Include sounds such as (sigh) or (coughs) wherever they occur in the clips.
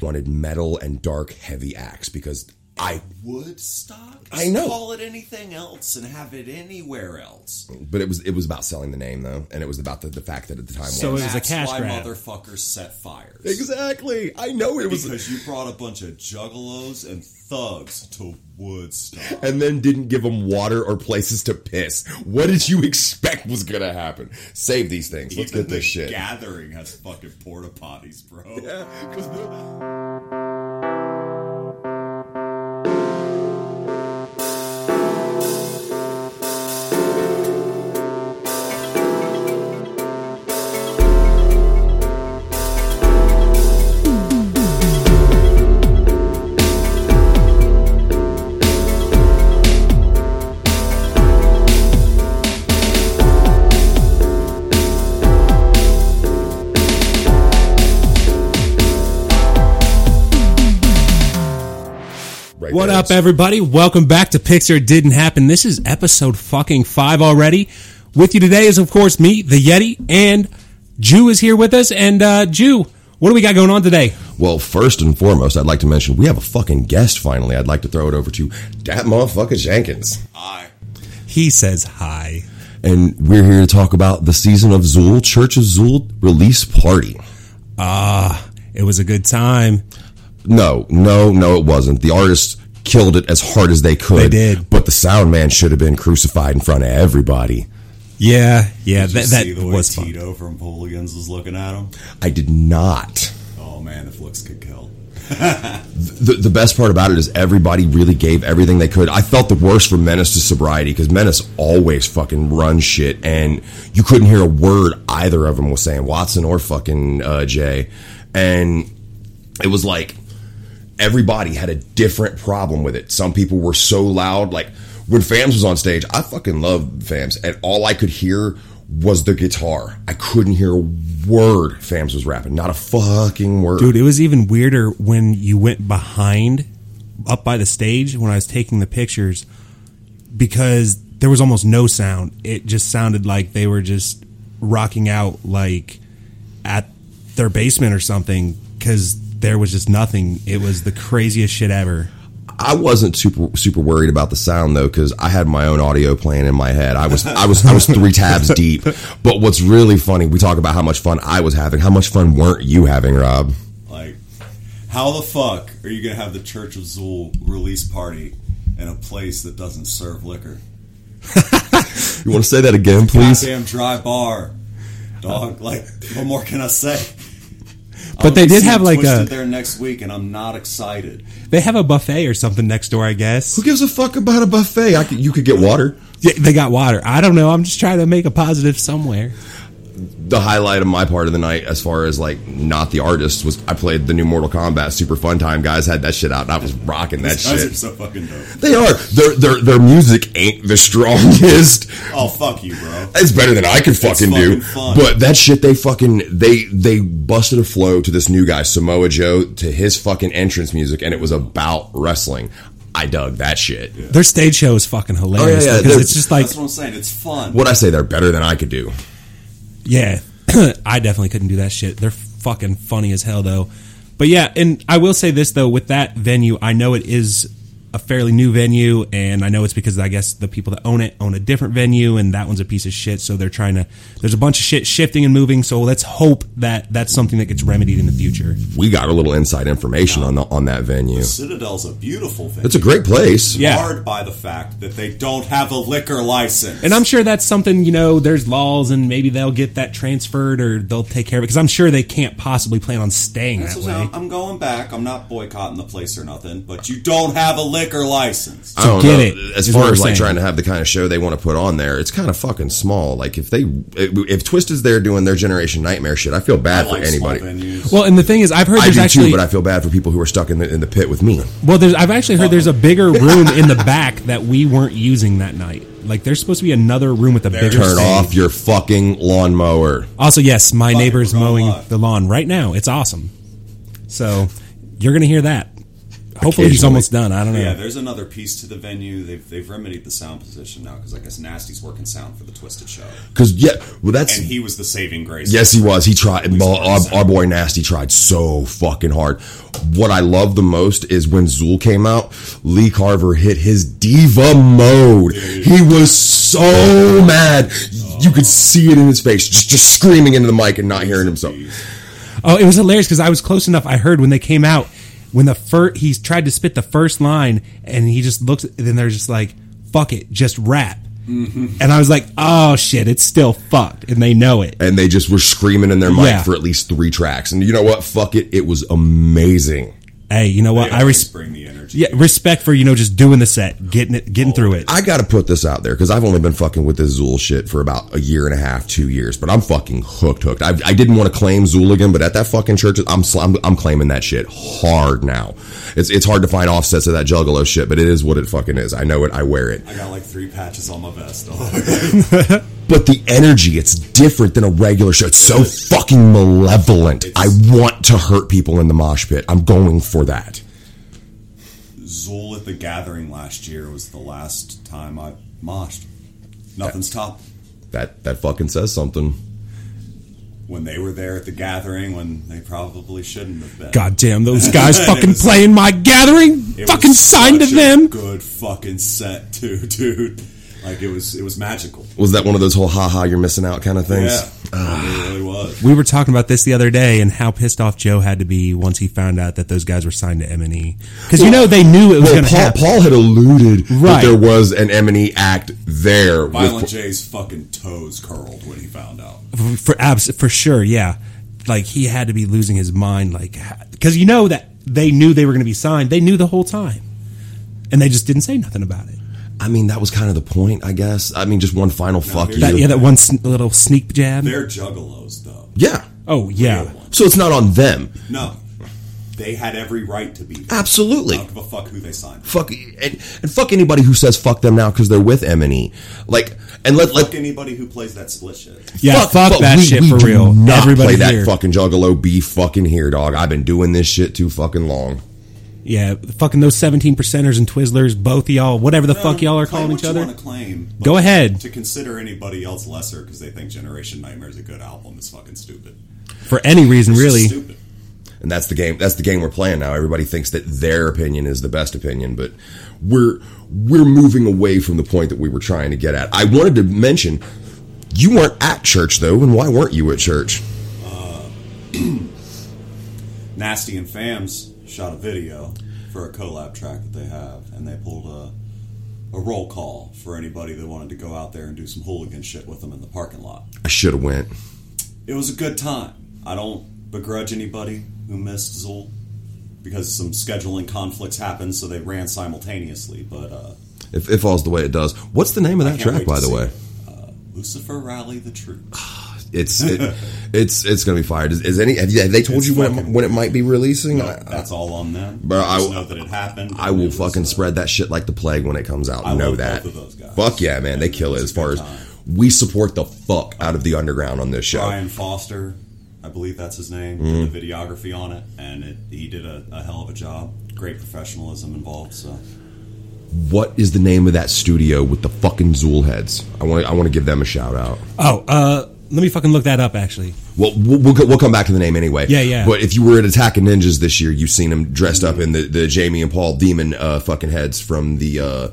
wanted metal and dark, heavy acts because I would stop. I know. Call it anything else and have it anywhere else. But it was it was about selling the name though, and it was about the, the fact that at the time So was Oh, it was a That's cash why grab. motherfuckers set fires. exactly. I know it was, Because you brought a bunch of juggalos and thugs to Woodstock. and then didn't give them water or places to piss. What did you expect was gonna happen? Save these things. Let's Even get this the shit. Gathering has fucking porta potties, bro. Yeah, 'cause we're- right What there. up, everybody? Welcome back to Picture It Didn't Happen. This is episode fucking five already. With you today is, of course, me, the Yeti, and Jew is here with us. And uh, Jew, what do we got going on today? Well, first and foremost, I'd like to mention we have a fucking guest finally. I'd like to throw it over to that motherfucker Jenkins. I He says hi. And we're here to talk about the season of Zool, Church of Zool release party. Ah, it was a good time. No, no, no, it wasn't. The artists killed it as hard as they could. They did. But the sound man should have been crucified in front of everybody. Yeah, yeah, Did you that, see that the way was fun. Tito from Hooligans was looking at him. I did not. Oh man, if looks could kill. The, the best part about it is everybody really gave everything they could. I felt the worst for Menace to sobriety because Menace always fucking runs shit, and you couldn't hear a word either of them was saying, Watson or fucking uh, Jay. And it was like everybody had a different problem with it. Some people were so loud. Like when Fams was on stage, I fucking love Fams, and all I could hear was the guitar. I couldn't hear a word Fams was rapping, not a fucking word. Dude, it was even weirder when you went behind up by the stage when I was taking the pictures because there was almost no sound. It just sounded like they were just rocking out like at their basement or something cuz there was just nothing. It was the craziest shit ever. I wasn't super super worried about the sound though because I had my own audio playing in my head. I was I was I was three tabs deep. But what's really funny, we talk about how much fun I was having. How much fun weren't you having, Rob? Like, how the fuck are you gonna have the Church of Zool release party in a place that doesn't serve liquor? You want to say that again, please? Goddamn dry bar, dog. Like, what more can I say? Uh, But they did have like a there next week, and I'm not excited. they have a buffet or something next door, I guess. Who gives a fuck about a buffet? I could, you could get water. Yeah, They got water. I don't know. I'm just trying to make a positive somewhere. The highlight of my part of the night, as far as like not the artist, was I played the new Mortal Kombat Super Fun Time. Guys had that shit out, and I was rocking that These guys are shit. so fucking dope. They are their their their music ain't the (laughs) strongest. Oh fuck you, bro. It's better than I could fucking, do. fucking fun. But that shit, they fucking they they busted a flow to this new guy Samoa Joe to his fucking entrance music, and it was about wrestling. I dug that shit. Their stage show is fucking hilarious Oh, yeah, because they're- it's just like That's what I'm saying. It's fun. What I say, they're better than I could do. Yeah, (clears throat) I definitely couldn't do that shit. They're fucking funny as hell, though. But yeah, and I will say this though, with that venue, I know it is a fairly new venue, and I know it's because I guess the people that own it own a different venue, and that one's a piece of shit. So they're trying to. There's a bunch of shit shifting and moving. So let's hope that that's something that gets remedied in the future. We got a little inside information on the on that venue. Citadel's a beautiful thing. It's a great place. Yeah. Marred by the fact that they don't have a liquor license. And I'm sure that's something you know. There's laws, and maybe they'll get that transferred or they'll take care of it because I'm sure they can't possibly plan on staying That's that what way. I'm- I'm going back. I'm not boycotting the place or nothing, but you don't have a liquor license. I don't get know. it, As is far what as I'm like saying. trying to have the kind of show they want to put on there, it's kind of fucking small. Like if they if Twisted's there doing their Generation Nightmare shit, I feel I bad like for anybody. small venues. Well, and the thing is, I've heard I there's do actually too, but I feel bad for people who are stuck in the in the pit with me. Well, there's, I've actually heard there's a bigger room in the back that we weren't using that night. Like there's supposed to be another room with a bigger Turn stage. off your fucking lawnmower. Also, yes, my Fuck, neighbor's we're going mowing live. the lawn right now. It's awesome. So you're gonna hear that. Hopefully, he's Occasionally. almost done. I don't know. Yeah, there's another piece to the venue. They've they've remedied the sound position now because I guess Nasty's working sound for the Twisted Show, Because yeah, well, that's and he was the saving grace. Yes, he was. He tried. Least Well, our, 1%. our boy Nasty tried so fucking hard. What I love the most is when Zool came out, Lee Carver hit his diva mode. He was so mad. You could see it in his face, just, just screaming into the mic and not hearing himself. Oh, it was hilarious because I was close enough. I heard when they came out, when the fir- he tried to spit the first line, and he just looks. Then they're just like, "Fuck it, just rap." And I was like, "Oh shit, it's still fucked," and they know it. And they just were screaming in their mic Yeah. for at least three tracks. And you know what? Fuck it. It was amazing. Hey, you know what? They I always res- bring the energy. yeah, respect for you know just doing the set, getting it, getting through it. I gotta put this out there because I've only been fucking with this Zool shit for about a year and a half, two years, but I'm fucking hooked, hooked. I, I didn't want to claim Zool again, but at that fucking church, I'm, sl- I'm I'm claiming that shit hard now. It's it's hard to find offsets of that Juggalo shit, but it is what it fucking is. I know it. I wear it. I got like three patches on my (laughs) vest. But the energy, it's different than a regular show. It's so fucking malevolent. I want to hurt people in the mosh pit. I'm going for that. Zool at the Gathering last year was the last time I moshed. Nothing's top. That that fucking says something. When they were there at the Gathering, when they probably shouldn't have been. God damn, those (laughs) guys It fucking was- playing my gathering. It was Fucking signed to such a them. Good fucking set (laughs) too, dude. Like it was, it was magical. Was that one of those whole ha ha you're missing out kind of things? Yeah, ah. it really was. We were talking about this the other day and how pissed off Joe had to be once he found out that those guys were signed to M and E because you know they knew it was Well, going to Paul, happen. Paul had alluded that Right. there was an M&E act there. with- Violent J's fucking toes curled when he found out. for abs for sure yeah like he had to be losing his mind like because you know that they knew they were going to be signed they knew the whole time and they just didn't say nothing about it I mean, that was kind of the point, I guess. I mean, just one final fuck you. here's- that, yeah that one sn- little sneak jab They're juggalos, though. yeah. oh yeah So it's not on them. No, they had every right to be. There. I Absolutely. don't give a fuck who they signed. Fuck and, and fuck anybody who says fuck them now because they're with M&E. Like, and let let Fuck anybody who plays that split shit. yeah fuck, but that we- shit we for do real Not everybody play here that fucking juggalo be fucking here, dog. I've been doing this shit too fucking long. yeah fucking those 17 percenters and twizzlers both of y'all whatever the fuck y'all are Claim calling what each you other wanna claim, but Go ahead. To consider anybody else lesser because they think Generation Nightmare is a good album is fucking stupid. for any reason It's just really stupid. and that's the game that's the game we're playing now everybody thinks that their opinion is the best opinion but we're we're moving away from the point that we were trying to get at i wanted to mention you weren't at church though and why weren't you at church Nasty and Fams shot a video for a collab track that they have, and they pulled a a roll call for anybody that wanted to go out there and do some hooligan shit with them in the parking lot. i should have went It was a good time. I don't begrudge anybody who missed Zool because some scheduling conflicts happened, so they ran simultaneously. But uh, if it falls the way it does what's the name of that can't track wait to by the see way it. Lucifer rally the troops. (laughs) it's it, it's it's gonna be fired is, is any have, you, have they told It's you when it, fucking- when it might be releasing (sighs) I- That's all on them. Bro, I- Just know that it happened. I It will was, fucking uh, spread that shit like the plague when it comes out. I know love that. both of those guys. Fuck yeah, man. They kill it It's as a far good as time. we support the fuck out of the underground on this show. Brian Foster, I believe that's his name, Mm-hmm. did the videography on it, and it, he did a, a hell of a job. Great professionalism involved. So What is the name of that studio with the fucking Zool heads? I want I want to give them a shout out. oh uh let me fucking look that up actually Well, we'll we'll, co- we'll come back to the name anyway. Yeah, yeah. But if you were at Attack of Ninjas this year, you've seen them dressed up in the, the Jamie and Paul demon uh, fucking heads from the uh,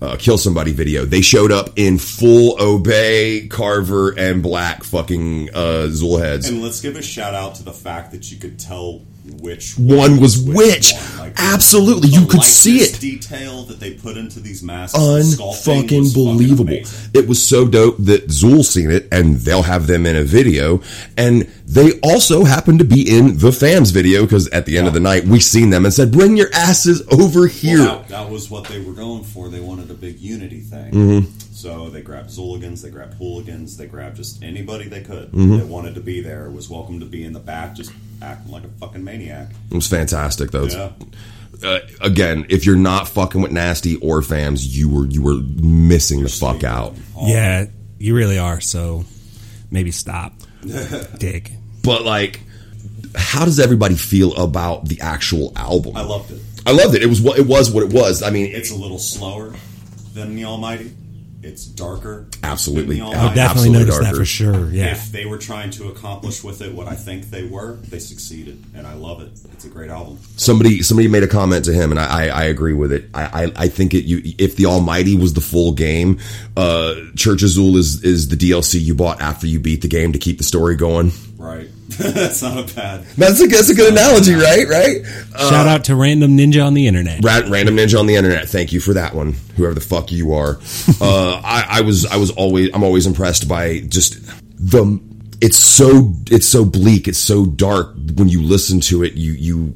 uh, Kill Somebody video. They showed up in full Obey, Carver, and Black fucking uh, Zool heads. and let's give a shout out to the fact that you could tell which one was which. one, like, Absolutely, the you could lightness see it. Detail that they put into these masks. the sculpting Unfucking was fucking believable. amazing. It was so dope that Zool seen it, and they'll have them in a video. And they also happened to be in the Fams video because at the end of the night we seen them and said, "Bring your asses over here." Well, that, that was what they were going for. They wanted a big unity thing. Mm-hmm. So they grabbed Zooligans, they grabbed hooligans, they grabbed just anybody they could Mm-hmm. that wanted to be there, was welcome to be in the back, just acting like a fucking maniac. It was fantastic, though. It's- Yeah. Uh, again, if you're not fucking with Nasty or Fams, you were you were missing the fuck out. yeah you really are so maybe stop dick But like, how does everybody feel about the actual album? I loved it. I loved it. It was what it was. What it was. I mean, It's a little slower than the Almighty. It's darker. Absolutely. Oh, than the I I would would Almighty. absolutely definitely notice that darker. for sure. Yeah. If they were trying to accomplish with it what I think they were, they succeeded, and I love it. It's a great album. somebody somebody made a comment to him, and I I, I agree with it. I, I I think it you if the Almighty was the full game, uh, Church Azul is is the DLC you bought after you beat the game to keep the story going. Right? (laughs) That's not a bad. That's a that's a good analogy, right? Right. Shout out to Random Ninja on the internet. Ra- Random Ninja on the internet. Thank you for that one. Whoever the fuck you (laughs) are, uh, I, I was I was always I'm always impressed by just the. It's so it's so bleak. It's so dark when you listen to it. You you.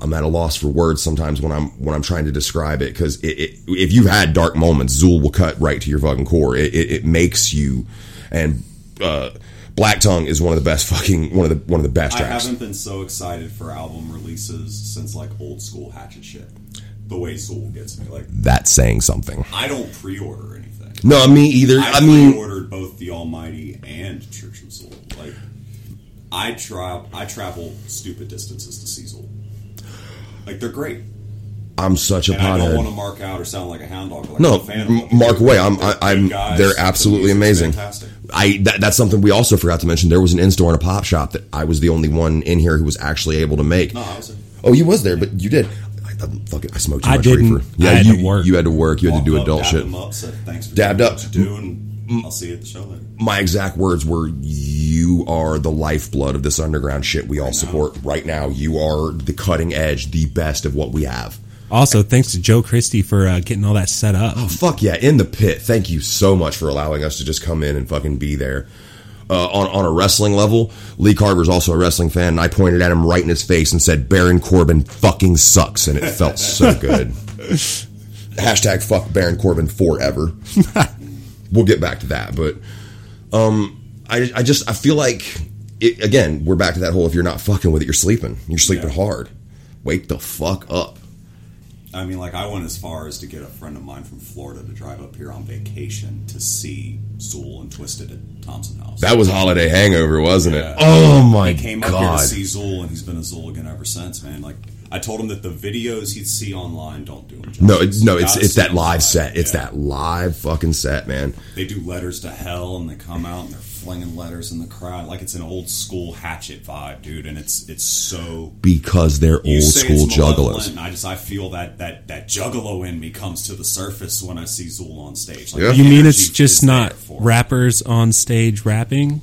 I'm at a loss for words sometimes when I'm when I'm trying to describe it because it, it, if you've had dark moments, Zool will cut right to your fucking core. It, it, it makes you, and uh, Black Tongue is one of the best fucking one of the one of the best I tracks. haven't been so excited for album releases since like old school hatchet shit. The way Zool gets me, like That's saying something. I don't pre-order anything. No, me either. I, I, mean, pre-ordered both the Almighty and Church of Zool. Like I tra- I travel stupid distances to see Zool. Like they're great, I'm such a and I don't want to pothead. mark out or sound like a hound dog. Like No, I'm a fan of them. m- mark away. I'm- They're I- I'm- good guys. they're The absolutely music's amazing. Fantastic. I that, that's something we also forgot to mention. There was an in store and a pop shop that I was the only one in here who was actually able to make. No, I was there. Oh, you was there, but you did. I, I'm fucking, I smoked too I much didn't. reefer. I Yeah, had you to work. You had to work. You had to do Walked up, adult dabbed shit. Him up, said, Thanks for Dabbed doing up. What you do, and I'll see you at the show later. My exact words were, "You are the lifeblood of this underground shit we all support right now. You are the cutting edge, the best of what we have." Also, thanks to Joe Christie for uh, getting all that set up. Oh, Fuck yeah, in the pit. Thank you so much for allowing us to just come in and fucking be there. Uh, on on a wrestling level, Lee Carver's also a wrestling fan, and I pointed at him right in his face and said, "Baron Corbin fucking sucks," and it felt so good. Hashtag fuck Baron Corbin forever. we'll get back to that, but um, I I just I feel like it, again we're back to that whole if you're not fucking with it, you're sleeping. You're sleeping Yeah. hard. Wake the fuck up. I mean, like, I went as far as to get a friend of mine from Florida to drive up here on vacation to see Zool and Twisted at Thompson House. That was holiday hangover, wasn't Yeah. it? Oh my he came god! up here to see Zool, and he's been a Zooligan ever since, man. Like, I told him that the videos he'd see online don't do him justice. No, it's, no, You it's gotta it's see that him live live, set. It's yeah. that live fucking set, man. They do letters to hell, and they come out and they're flinging letters in the crowd, like it's an old school hatchet vibe, dude. And it's it's so Because they're You old say school it's malevolent, juggalos. and I just I feel that that that juggalo in me comes to the surface when I see Zool on stage. Like, Yeah. the You You mean energy it's is just there not for it. rappers on stage rapping?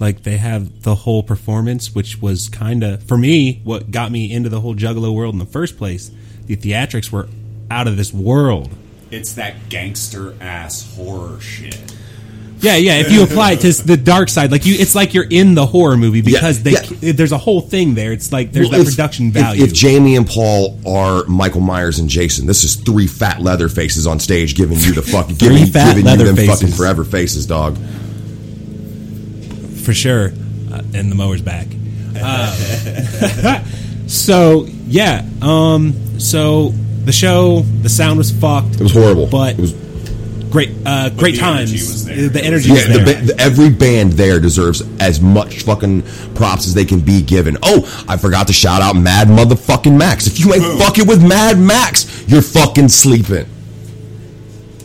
Like they have the whole performance, which was kind of for me what got me into the whole Juggalo world in the first place. The theatrics were out of this world. It's that gangster ass horror shit. Yeah, yeah. If you apply it to s- the dark side, like you, it's like you're in the horror movie because Yeah, they there's a whole thing there. It's like there's Well, that if- production if- value. If, Jamie and Paul are Michael Myers and Jason, this is three fat leather faces on stage giving you the fucking Three giving, fat giving you leather them fucking faces. forever faces, dog. for sure. Uh, and the mower's back. Um, (laughs) so yeah, um, so the show, the sound was fucked. It was horrible. But it was great, uh, great the times. energy was there. Uh, The energy was yeah. The, there. ba- the, every band there deserves as much fucking props as they can be given. Oh, I forgot to shout out Mad motherfucking Max. If you ain't fucking with Mad Max, you're fucking sleeping.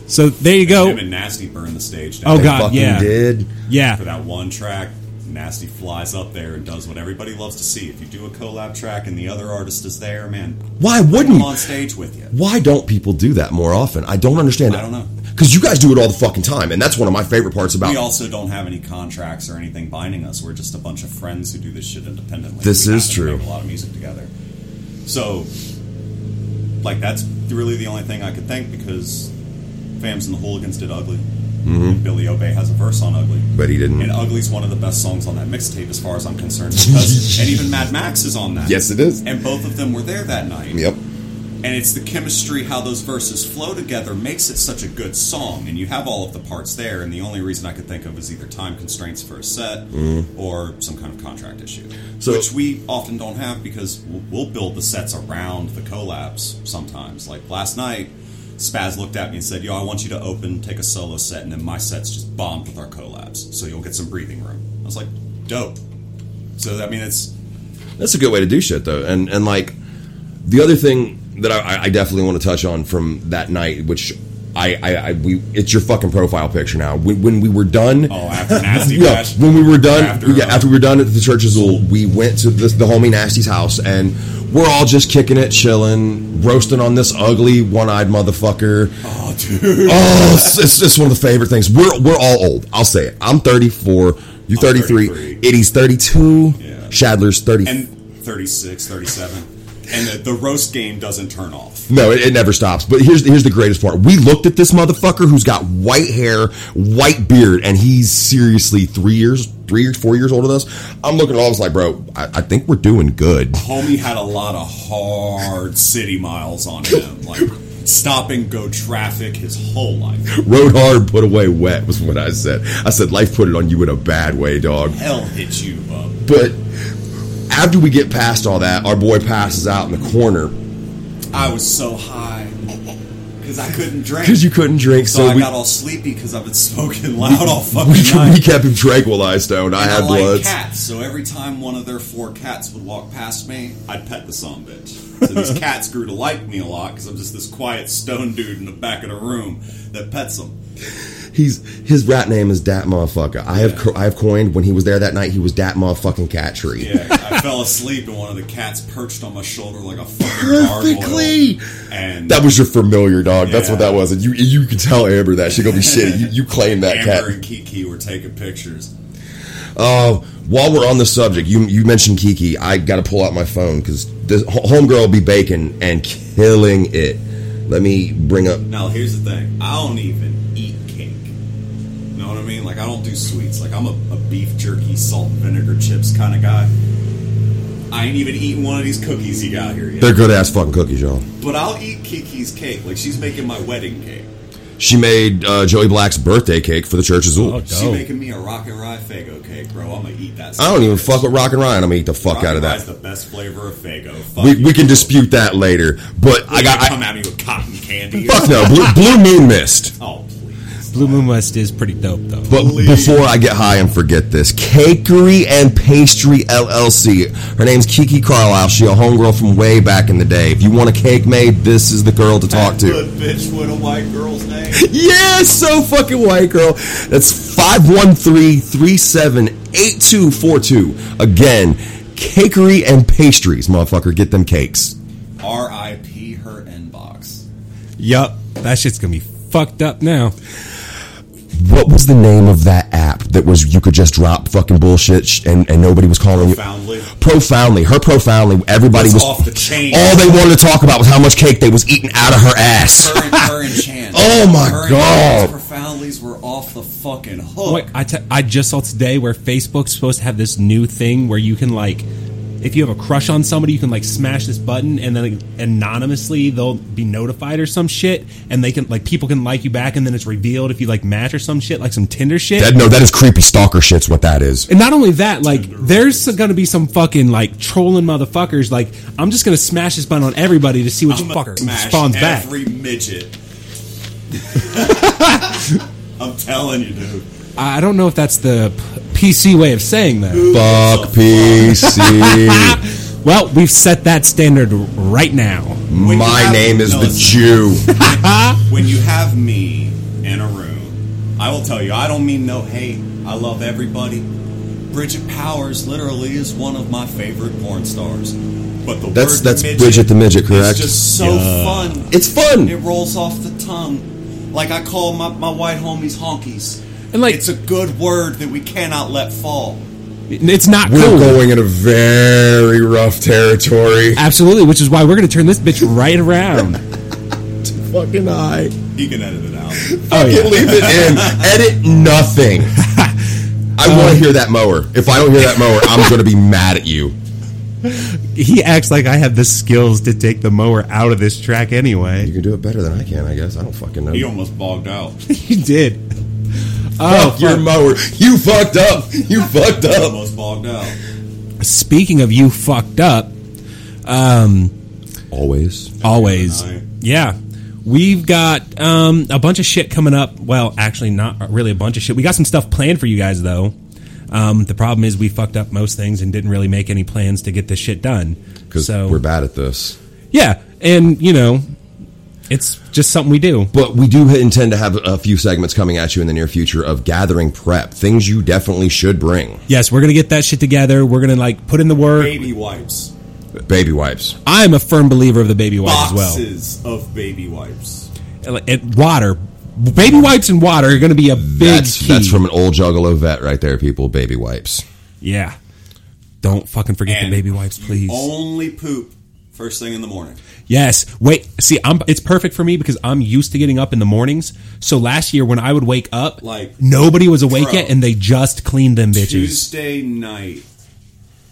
so there you go. Him and Nasty burn the stage Oh, down. They God, fucking yeah. did. For Yeah, that one track, Nasty flies up there and does what everybody loves to see. If you do a collab track and the other artist is there, man, Why bring wouldn't? him on stage with you. Why don't people do that more often? I don't understand. I don't know. Because you guys do it all the fucking time, and that's one of my favorite parts about We also don't have any contracts or anything binding us. We're just a bunch of friends who do this shit independently. This We is happen to true. Make a lot of music together. So, like, that's really the only thing I could think because Fams and the Hooligans did Ugly. Mm-hmm. And Billy Obey has a verse on Ugly. But he didn't. And Ugly's one of the best songs on that mixtape, as far as (laughs) I'm concerned. Because, and even Mad Max is on that. Yes, it is. And both of them were there that night. Yep. And it's the chemistry, how those verses flow together, makes it such a good song. And you have all of the parts there. And the only reason I could think of is either time constraints for a set or some kind of contract issue, Mm-hmm. So- which we often don't have because we'll- we'll build the sets around the collabs sometimes. Like last night, Spaz looked at me and said, "Yo, I want you to open, take a solo set, and then my set's just bombed with our collabs, so you'll get some breathing room." I was like, "Dope." So I mean, it's That's a good way to do shit, though. And and like, The other thing that I, I definitely want to touch on from that night, which I, I, I we it's your fucking profile picture now. When, when we were done, Oh, after (laughs) nasty yeah, Bash, when we were done, After, yeah, uh, after we were done at the Church of Zool, we went to the, the homie Nasty's house, and we're all just kicking it, chilling, roasting on this ugly one-eyed (laughs) motherfucker. Oh, dude. Oh, it's, it's, it's one of the favorite things. We're we're all old. I'll say it. I'm 34. You're 33. 33. Eddie's 32. Yeah. Shadler's 30. And 36, 37. And the, the roast game doesn't turn off. No, it, it never stops. But here's here's the greatest part. We looked at this motherfucker who's got white hair, white beard, and he's seriously three years, three years, four years older than us. I'm looking at all. I was like, bro, I, I think we're doing good. (laughs) Homie had a lot of hard city miles on him. Like, stop and go traffic his whole life. Rode hard, put away wet was what I said. I said life put it on you in a bad way, dog. Hell hit you up. But after we get past all that, our boy passes out in the corner I was so high because I couldn't drink. because you couldn't drink. so So, I we, got all sleepy because I've been smoking loud all (laughs) fucking we, night. we kept him tranquilized. Though, and I And had like bloods. cats, so every time one of their four cats would walk past me, I'd pet the son bitch. (laughs) So these cats grew to like me a lot because I'm just this quiet stone dude in the back of the room that pets them. He's his rat name is Dat motherfucker. I have co- I have coined when he was there that night. He was Dat motherfucking cat tree. Yeah, I fell asleep and one of the cats perched on my shoulder like a fucking gargoyle. Perfectly! And That was your familiar dog. That's what Yeah. that was. And you you could tell Amber that she gonna be shitty. You, you claim that Amber cat. and Kiki were taking pictures. Oh, while we're on the subject, you you mentioned Kiki. I got to pull out my phone because this ho- homegirl be baking and killing it. Let me bring up. Now here's the thing: I don't even eat cake. You know what I mean? Like I don't do sweets. Like I'm a, a beef jerky, salt and vinegar chips kind of guy. I ain't even eaten one of these cookies you got here yet. They're good ass fucking cookies, y'all. But I'll eat Kiki's cake. Like she's making my wedding cake. She made uh, Joey Black's birthday cake for the Church of Zool. Oh, She's dope. making me a rock and rye Fago cake, bro. I'm gonna eat that. I don't even fuck with Rock and Ryan. I'm gonna eat the fuck out of that. Rye's the best flavor of Fago. Fuck We, you. we can dispute that later, but I You got come I, at me with cotton candy. or fuck no blue, blue moon mist. Oh please. Blue Moon West is pretty dope though. But before I get high and forget this, Cakery and Pastry LLC. Her name's Kiki Carlisle. She a homegirl from way back in the day. If you want a cake made, this is the girl to talk Good to. bitch with a white girl's name. (laughs) Yeah, so fucking white girl. That's 513-378242. Again, Cakery and Pastries, motherfucker. Get them cakes. R.I.P. her inbox. yup, that shit's gonna be fucked up now. What was the name of that app that was you could just drop fucking bullshit sh- and, and nobody was calling you? Profoundly. Profoundly, her profoundly, everybody It's was off the chain. All they wanted to talk about was how much cake they was eating out of her ass. (laughs) Her and, her and Chan. (laughs) Oh my her God. And Chan's profoundlies were off the fucking hook. Wait, I, t- I just saw today where Facebook's supposed to have this new thing where you can like, if you have a crush on somebody, you can like smash this button and then like, anonymously they'll be notified or some shit, and they can like people can like you back, and then it's revealed if you like match or some shit, like some Tinder shit. That, no, that is creepy stalker shit's what that is. And not only that, like there's gonna be some fucking like trolling motherfuckers. Like I'm just gonna smash this button on everybody to see which I'ma fucker smash responds back. (laughs) every midget. (laughs) I'm telling you, dude. I I don't know if that's the p- PC way of saying that. Fuck PC. Well, we've set that standard right now. (laughs) When you My have- name is no, the it's- Jew. When you have me in a room, I will tell you, I don't mean no hate. I love everybody. Bridget Powers literally is one of my favorite porn stars. But the That's- word that's midget Bridget the midget, correct? It's just so fun. It's It fun. rolls off the tongue. Like I call my, my white homies honkies. And, like- it's a good word that we cannot let fall. It's not We're cool. going in a very rough territory. Absolutely, which is why we're gonna turn this bitch right around. (laughs) Fucking I. He can edit it out. oh Fucking yeah. leave it in. Edit nothing. I want to hear that mower. If I don't hear that mower, I'm going to be mad at you. He acts like I have the skills to take the mower out of this track You anyway. can do it better than I can, I guess. I don't fucking know. (laughs) He almost bogged (laughs) out. (laughs) he did. Fuck Oh, your fuck. mower. You fucked up. (laughs) You fucked He up. almost bogged out. speaking of you fucked up, um, Always. always. Right. Yeah. We've got um, a bunch of shit coming up. Well, actually, not really a bunch of shit. We got some stuff planned for you guys, though. Um, the problem is we fucked up most things and didn't really make any plans to get this shit done. Because So we're bad at this. Yeah, and you know, it's just something we do. But we do intend to have a few segments coming at you in the near future of gathering prep, things you definitely should bring. Yes, we're gonna get that shit together. We're gonna like put in the work. Baby wipes. Baby wipes. I'm a firm believer of the baby wipe as Boxes of baby wipes. well. And water, baby wipes and water are gonna be a big That's key. that's from an old juggalo vet right there, people. Baby wipes. yeah. Don't fucking forget And the baby wipes, you please. Only poop first thing in the morning. Yes. Wait. See, I'm. It's perfect for me because I'm used to getting up in the mornings. So last year when I would wake up, Like, nobody was awake bro. yet, and they just cleaned them bitches. Tuesday night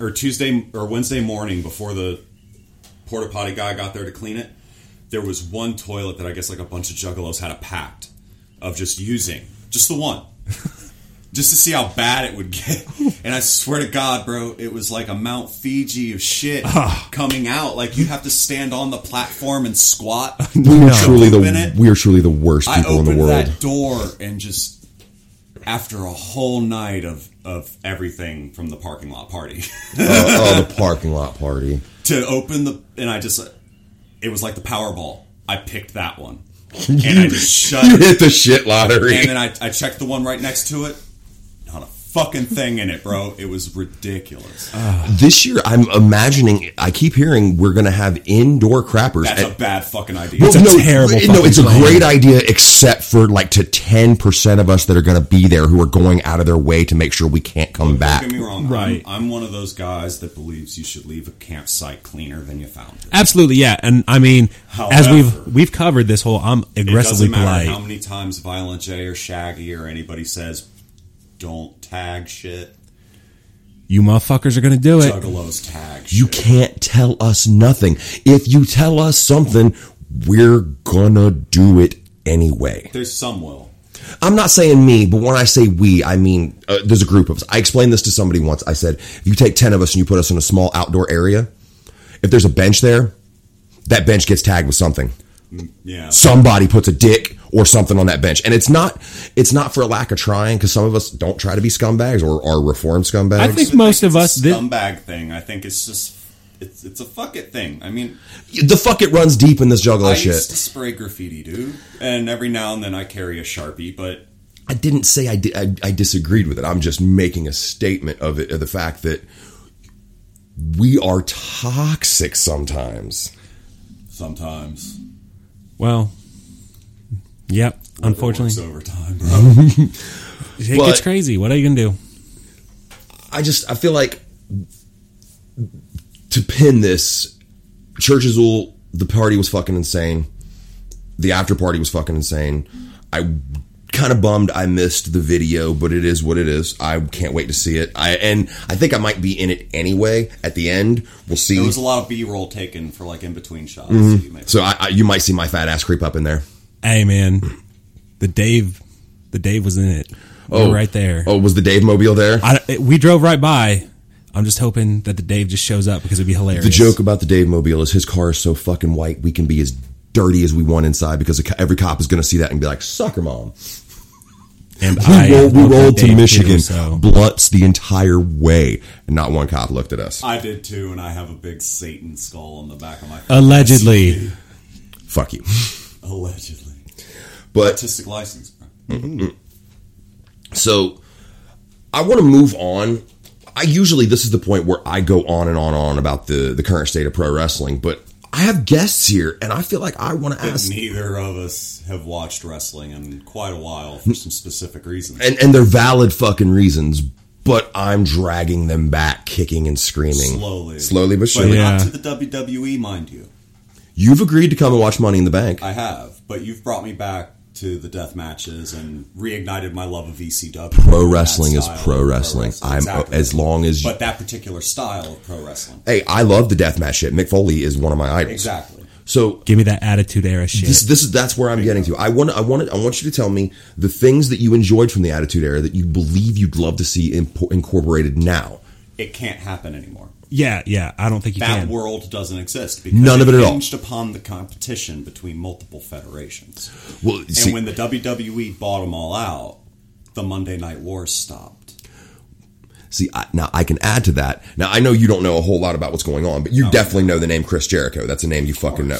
or Tuesday or Wednesday morning before the porta potty guy got there to clean it, there was one toilet that I guess like a bunch of juggalos had a pact of just using. Just the (laughs) one. just to see how bad it would get. And I swear to God, bro, it was like a Mount Fiji of shit Ah. coming out. Like you have to stand on the platform and (laughs) squat. We are truly Open the it. we are truly the worst I people in opened the world. that door and just after a whole night of of everything from the parking lot party oh, (laughs) oh, the parking lot party. (laughs) to open the and I just it was like the Powerball. I picked (laughs) that one and I just shut You it. hit the shit lottery. And then I, I checked the one right next to it. Not a fucking thing in it, bro. It was ridiculous. Uh, This year, I'm imagining. I keep hearing we're going to have indoor crappers. That's And- a bad fucking idea. Well, a terrible No, it's a fucking plan. great idea, except for like to ten percent of us that are going to be there, who are going out of their way to make sure we can't come Don't back. get me wrong. I'm- Right. I'm, one of those guys that believes you should leave a campsite cleaner than you found it. Absolutely, yeah. And I mean, as However- we've we've covered this whole, I'm It aggressively doesn't matter polite. how many times Violent J or Shaggy or anybody says, "Don't tag shit." you motherfuckers are gonna do it. Juggalos tag. Shit. You can't tell us nothing. If you tell us something, we're gonna do it anyway. There's some will. I'm not saying me, but when I say we, I mean uh, there's a group of us. I explained this to somebody once. I said, if you take ten of us and you put us in a small outdoor area, if there's a bench there, that bench gets tagged with something. Yeah. somebody puts a dick or something on that bench. And it's not it's not for a lack of trying because some of us don't try to be scumbags or are reformed scumbags. I think I most think of us it's a did. scumbag thing. I think it's just it's it's a fuck it thing. I mean, the fuck it runs deep in this juggalo I shit. used to spray graffiti, dude, and every now and then I carry a sharpie, but I didn't say I, di- I I disagreed with it. I'm just making a statement of it of the fact that we are toxic sometimes. sometimes Well, yep. Unfortunately, it works overtime, bro. it gets But- crazy. What are you gonna do? I just I feel like to pin this, churches will the party was fucking insane. The after party was fucking insane. I kind of bummed I missed the video, but it is what it is. I can't wait to see it. I and I think I might be in it anyway. At the end, we'll there see. was a lot of B roll taken for like in between shots. Mm-hmm. You may- So I, I, you might see my fat ass creep up in there. Hey, man, the Dave, the Dave was in it. We were right there. Oh, was the Dave Mobile there? I, it- we drove right by. I'm just hoping that the Dave just shows up because it'd be hilarious. The joke about the Dave Mobile is his car is so fucking white we can be as dirty as we want inside because every cop is going to see that and be like, "Sucker mom." and We I rolled, we love the rolled to Dave too, Michigan, so. blunts the entire way, and not one cop looked at us. I did too, and I have a big Satan skull on the back of my Allegedly, Fuck you. (laughs) allegedly But artistic license, bro. so I want to move on. I usually this is the point where I go on and on and on about the the current state of pro wrestling, but I have guests here, and I feel like I want to ask. Neither of us have watched wrestling in quite a while for some specific reasons. And, and they're valid fucking reasons, but I'm dragging them back, kicking and screaming. Slowly. Slowly but But surely. Yeah. not to the WWE, mind you. You've agreed to come and watch Money in the Bank. I have, but you've brought me back to the death matches and reignited my love of E VCW. Pro wrestling is pro wrestling. I'm- uh, as long as you- but that particular style of pro wrestling, hey, I love the deathmatch shit. Mick Foley is one of my idols. exactly. So give me that attitude era shit. This, this is that's where I'm getting to. I want I want I want you to tell me the things that you enjoyed from the Attitude Era that you believe you'd love to see impo- incorporated now. It can't happen anymore. yeah, yeah. I don't think you That can. world doesn't exist because None of it at all. hinged upon the competition between multiple federations. Well, see, and when the E WWE bought them all out, the Monday Night Wars stopped. See, I, now I can add to that. Now I know you don't know a whole lot about what's going on, but you definitely know the name Chris Jericho. That's a name you fucking know.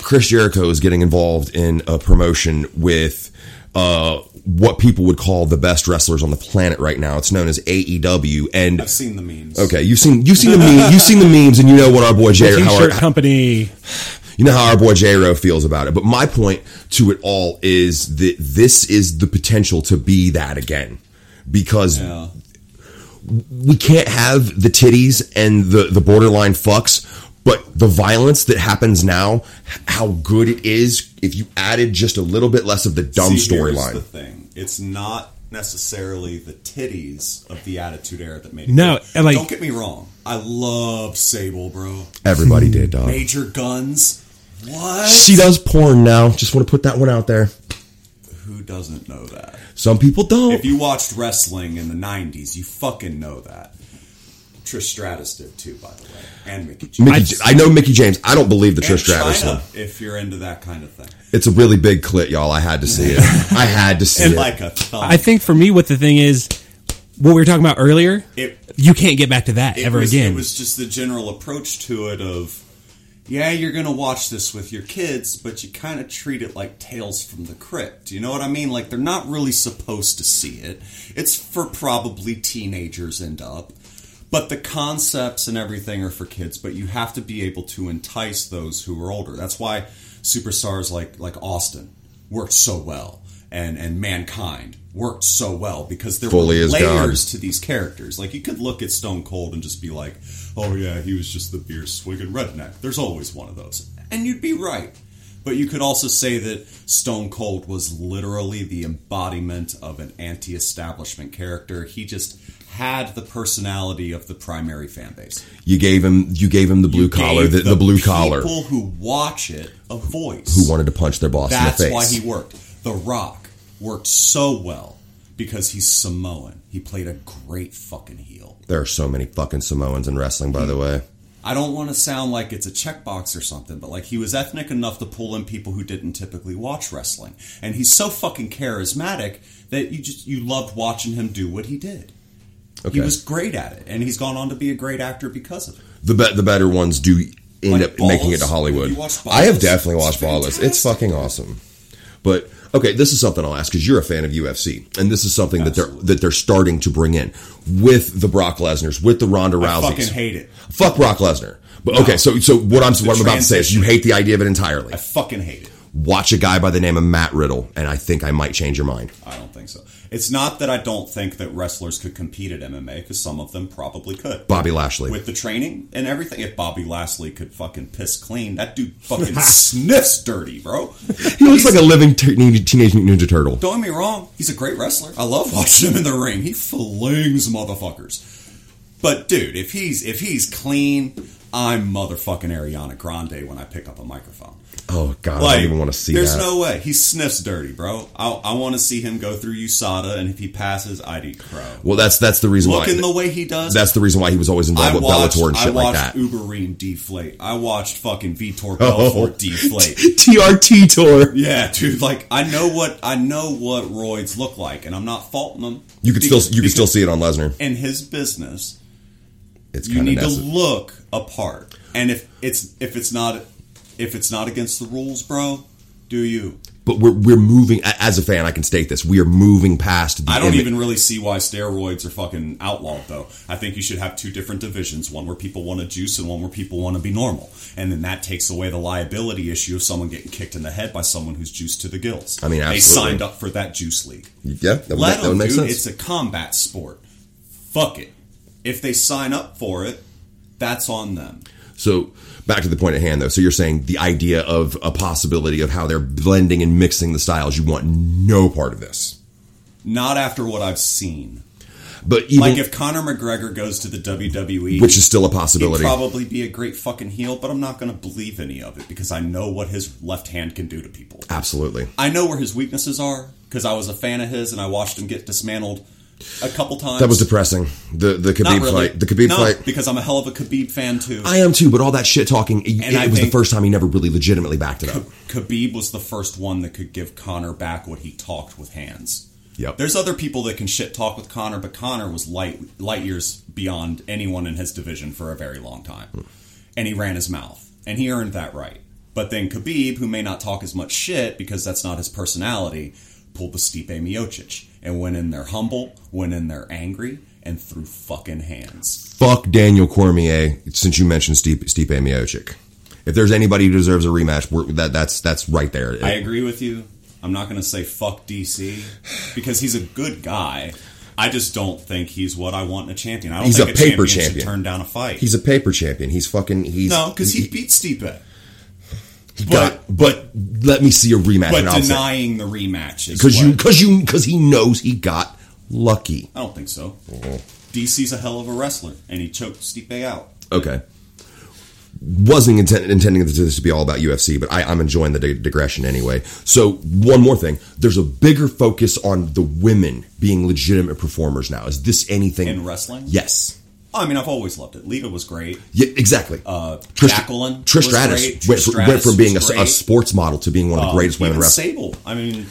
Chris Jericho is getting involved in a promotion with uh, what people would call the best wrestlers on the planet right now. It's known as AEW, and I've seen the memes. okay, you've seen you've seen the meme, you've seen the memes, and you know what our boy Jericho. T-shirt company. You know how our boy J Ro feels about it. But my point to it all is that this is the potential to be that again. Because Yeah. we can't have the titties and the, the borderline fucks, but the violence that happens now, h- how good it is if you added just a little bit less of the dumb See, here's The storyline. thing, it's not necessarily the titties of the Attitude Era that made it. No, good. and, like- don't get me wrong. I love Sable, bro. Everybody did, dog. Major Guns. What? She does porn now. Just want to put that one out there. Who doesn't know that? Some people don't. If you watched wrestling in the '90s, you fucking know that. Trish Stratus did too, by the way, and Mickey James. Mickey, J- I, know Mickey James. I don't believe the And Trish Stratus. China, one. if you're into that kind of thing, It's a really big clit, y'all. I had to see (laughs) it. I had to see and it. like a thumb. I think for me, what the thing is, what we were talking about earlier, It- you can't get back to that it ever was, again. It was just the general approach to it of, yeah, you're going to watch this with your kids, but you kind of treat it like Tales from the Crypt. You know what I mean? Like they're not really supposed to see it. It's for probably teenagers and up. But the concepts and everything are for kids, but you have to be able to entice those who are older. That's why superstars like like Austin worked so well and and Mankind worked so well because there Fully were as God. layers to these characters. Like you could look at Stone Cold and just be like, "Oh yeah, he was just the beer swigging redneck." There's always one of those, and you'd be right. But you could also say that Stone Cold was literally the embodiment of an anti-establishment character. He just had the personality of the primary fan base. You gave him you gave him the blue collar, Gave the, the, blue collar People who watch it a voice. who wanted to punch their boss That's in the why face. he worked. The Rock worked so well because he's Samoan. He played a great fucking heel. there are so many fucking Samoans in wrestling, by the way. I don't want to sound like it's a checkbox or something, but like he was ethnic enough to pull in people who didn't typically watch wrestling, and he's so fucking charismatic that you just you loved watching him do what he did. Okay. He was great at it, and he's gone on to be a great actor because of it. the be- the better ones do end Like up making Ballas? it to Hollywood. Have you watched I have Ballas? definitely watched It's Ballas. It's fantastic. fucking awesome. But okay, this is something I'll ask because you're a fan of UFC, and this is something that they're that they're starting to bring in with the Brock Lesnar's, with the Ronda I Rouseys. fucking hate it. Fuck Brock Lesnar. But okay, so so what I'm what I'm about to say is you hate the idea of it entirely. I fucking hate it. Watch a guy by the name of Matt Riddle, and I think I might change your mind. I don't think so. It's not that I don't think that wrestlers could compete at MMA because some of them probably could. Bobby Lashley. with the training and everything, if Bobby Lashley could fucking piss clean, (laughs) that dude fucking sniffs dirty, bro. He looks like a living te- teenage mutant ninja turtle. Don't get me wrong, he's a great wrestler. I love (laughs) watching him in the ring. He flings motherfuckers. But dude, if he's if he's clean, I'm motherfucking Ariana Grande when I pick up a microphone. Oh god, I don't even want to see there's that. no way he sniffs dirty, bro. I, I want to see him go through USADA, and if he passes, I'd eat crow. well, that's that's the reason Look why. in the way he does. that's the reason why he was always I involved with watched, Bellator and I shit like that. watched Uberine deflate. I watched fucking Vitor Belfort (laughs) Oh. deflate. TRT tour. Yeah, dude. Like I know what I know what roids look like, and I'm not faulting them. You could Be- still you could still because see it on Lesnar. in his business. It's You kind of need to nasty. look apart, and if it's if it's not if it's not against the rules, bro, do you? But we're we're moving a- as a fan. I can state this: we are moving past. The I don't image- even really see why steroids are fucking outlawed, though. I think you should have two different divisions one where people want to juice and one where people want to be normal. And then that takes away the liability issue of someone getting kicked in the head by someone who's juiced to the gills. I mean, They absolutely. signed up for that juice league. Yeah, that would, Let that would them, make dude. sense. It's a combat sport. Fuck it. If they sign up for it, that's on them. So back to the point at hand, though. So you're saying the idea of a possibility of how they're blending and mixing the styles. You want no part of this. Not after what I've seen. But even Like if Conor McGregor goes to the WWE, which is still a He'd possibility. probably be a great fucking heel, but I'm not going to believe any of it because I know what his left hand can do to people. Absolutely. I know where his weaknesses are because I was a fan of his and I watched him get dismantled a couple times. That was depressing. The the Not Khabib really. fight. The Khabib No, fight. because I'm a hell of a Khabib fan too. I am too, but all that shit talking. It, it And I was the think- first time he never really (laughs) legitimately backed it up. Khabib was the first one that could give Connor back what he talked with hands. Yep. There's other people that can shit talk with Connor, but Connor was light light years beyond anyone in his division for a very long time, and he ran his mouth, and he earned that right. But then Khabib, who may not talk as much shit because that's not his personality, pulled the Stipe Miocic and went in there humble, went in there angry, and threw fucking hands. Fuck Daniel Cormier. Since you mentioned Stipe, Stipe Miocic, if there's anybody who deserves a rematch, we're, that that's that's right there. I agree with you. I'm not going to say fuck DC because he's a good guy. I just don't think he's what I want in a champion. I don't He's think a paper champion, should champion. turn down a fight. he's a paper champion. He's fucking. He's no, because he beat Stipe. got- but let me see a rematch. But and I'll say- denying the rematch is because you what- because you because he knows he got lucky. I don't think so. Mm-hmm. DC's a hell of a wrestler, and he choked Stipe out. Okay. Wasn't intent, intending this to be all about UFC, but I, I'm enjoying the di- digression anyway. So, one more thing: there's a bigger focus on the women being legitimate performers now. Is this anything In wrestling? Yes. I mean, I've always loved it. Lita was great. Yeah, exactly. Uh, Trish, Jacqueline Trish was Stratus, great. Went, Trish fr- went Stratus from being a, was s- a great. Uh, Um, sports model to being one of the greatest women Even wrestlers Sable. I mean,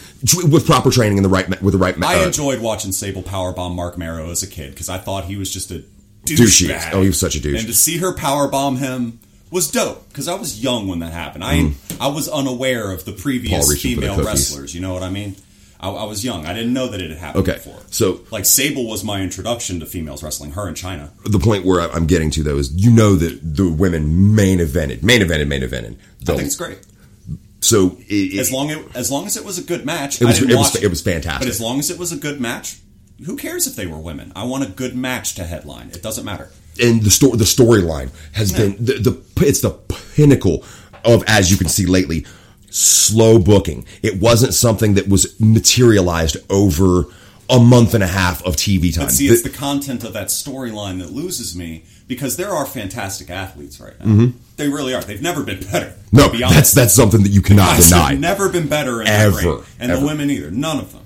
with proper training and the right ma- with the right. ma- I uh, enjoyed watching Sable powerbomb Mark Marrow as a kid because I thought he was just a Douchey. douchebag. Oh, he was such a douche. And to see her powerbomb him was dope because I was young when that happened. I I was unaware of the Mm. Paul previous reaching for the female cookies. wrestlers. You know what I mean? I, I was young. I didn't know that it had happened Okay, before. so- like Sable was my introduction to females wrestling. Her in China. the point where I- I'm getting to though is you know that the women main evented, main evented, main evented. I think it's great Oh. So it, it- as long it, as long as it was a good match. it was I didn't it watch was, it was fantastic. But as long as it was a good match, who cares if they were women? I want a good match to headline. It doesn't matter. and the story the storyline has been the, the it's the pinnacle of as you can see lately slow booking it wasn't something that was materialized over a month and a half of tv time But see, Uh, The- it's the content of that storyline that loses me because there are fantastic athletes right now. They really are. They've never been better. Mm-hmm. no to be honest. that's that's something that you cannot (laughs) guys deny have never been better in Ever. the ring, and Ever. the women either. None of them.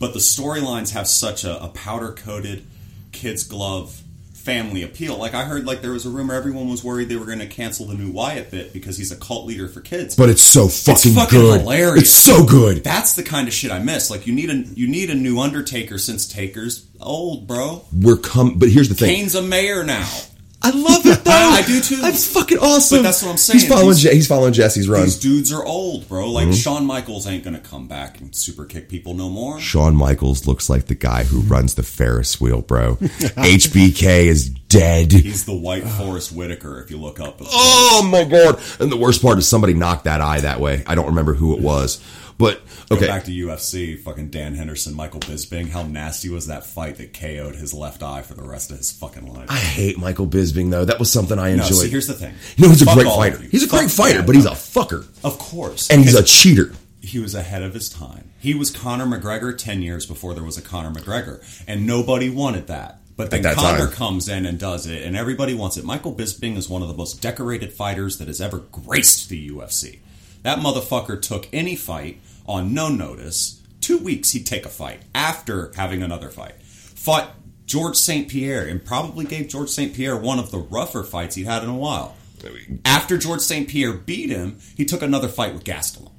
But the storylines have such a, a powder coated, kids glove family appeal. Like I heard, like there was a rumor everyone was worried they were going to cancel the new Wyatt bit because he's a cult leader for kids. but it's so fucking, fucking good hilarious. it's so good that's the kind of shit I miss. Like you need a you need a new Undertaker since Taker's old, bro. we're come but here's the thing Kane's a mayor now. i love (laughs) it though I- I do, too. that's fucking awesome But that's what I'm saying. he's following These- Je- he's following jesse's run These dudes are old, bro. Hmm? Like Shawn Michaels ain't gonna come back and super kick people no more. Shawn Michaels looks like the guy who runs the Ferris wheel, bro. (laughs) HBK is dead. He's (sighs) the White Forest Whitaker if you look up. Oh my god! And the worst part is somebody knocked that eye that way. I don't remember who it was, but Go okay. back to UFC, fucking Dan Henderson, Michael Bisping. How nasty was that fight that KO'd his left eye for the rest of his fucking life? I hate Michael Bisbing though. That was something I no, enjoyed. see, here's the thing. you know, he's a Fuck great all of fighter. you. He's a great Fuck fighter, that. but he's a fucker Of course. and he's Because a cheater. he was ahead of his time. He was Conor McGregor 10 years before there was a Conor McGregor, and nobody wanted that. But then that Conor time. comes in and does it, and everybody wants it. Michael Bisping is one of the most decorated fighters that has ever graced the UFC. That motherfucker took any fight on no notice. Two weeks he'd take a fight after having another fight. Fought George St. Pierre and probably gave George St. Pierre one of the rougher fights he'd had in a while. After George St. Pierre beat him, he took another fight with Gastelum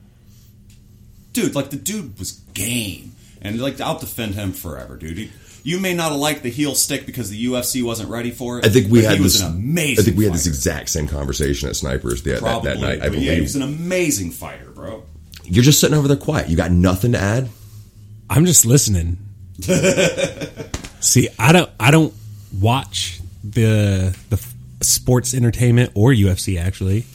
dude, like the dude was game, and like I'll defend him forever, dude. He, you may not have liked the heel stick because the UFC wasn't ready for it. I think we but had he this. was an amazing. I think we had this fighter, exact same conversation at Snipers the, that, probably. that night. I But yeah, he was believe an amazing fighter, bro. you're just sitting over there quiet. You got nothing to add. I'm just listening. See, I don't I don't watch the the f- sports entertainment or UFC actually.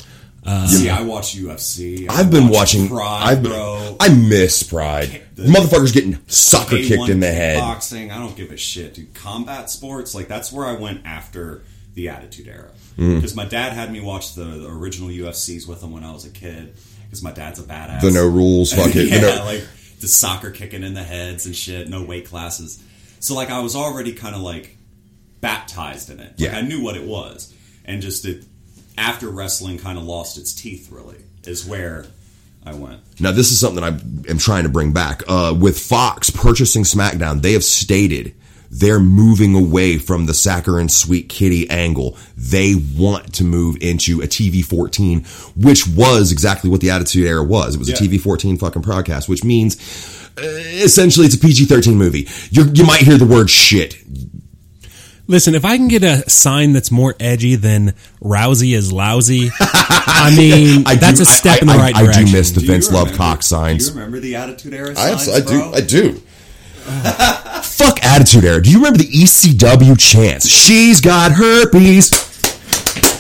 See, I watch UFC. I Uh, I've been watch watching. Pride, I've been, bro. I miss Pride. The- Motherfuckers getting sucker K1 kicked in the head. Boxing. I don't give a shit, dude. Combat sports, like that's where I went after the Attitude Era, Hmm. because my dad had me watch the, the original UFCs with him when I was a kid. Because my dad's a badass. The no rules, (laughs) fuck it. yeah, You know, like the soccer kicking in the heads and shit, no weight classes. So like I was already kind of like baptized in it. Like, Yeah. I knew what it was, and just it after wrestling kind of lost its teeth. Really, is where I went. now this is something I am trying to bring back. Uh, with Fox purchasing SmackDown, they have stated They're moving away from the saccharine sweet kitty angle. They want to move into a TV 14, which was exactly what the Attitude Era was. It was Yeah. a TV 14 fucking podcast, which means uh, essentially it's a PG 13 movie. you you might hear the word shit. Listen, if I can get a sign that's more edgy than "Rousey is lousy," I mean I do- that's a step in the I- I- right I do direction. miss the Do you Vince remember- Lovecock signs. Do you remember the Attitude Era I, signs, I do. bro? I do. (laughs) Fuck attitude era. Do you remember the ECW chants? She's got herpes.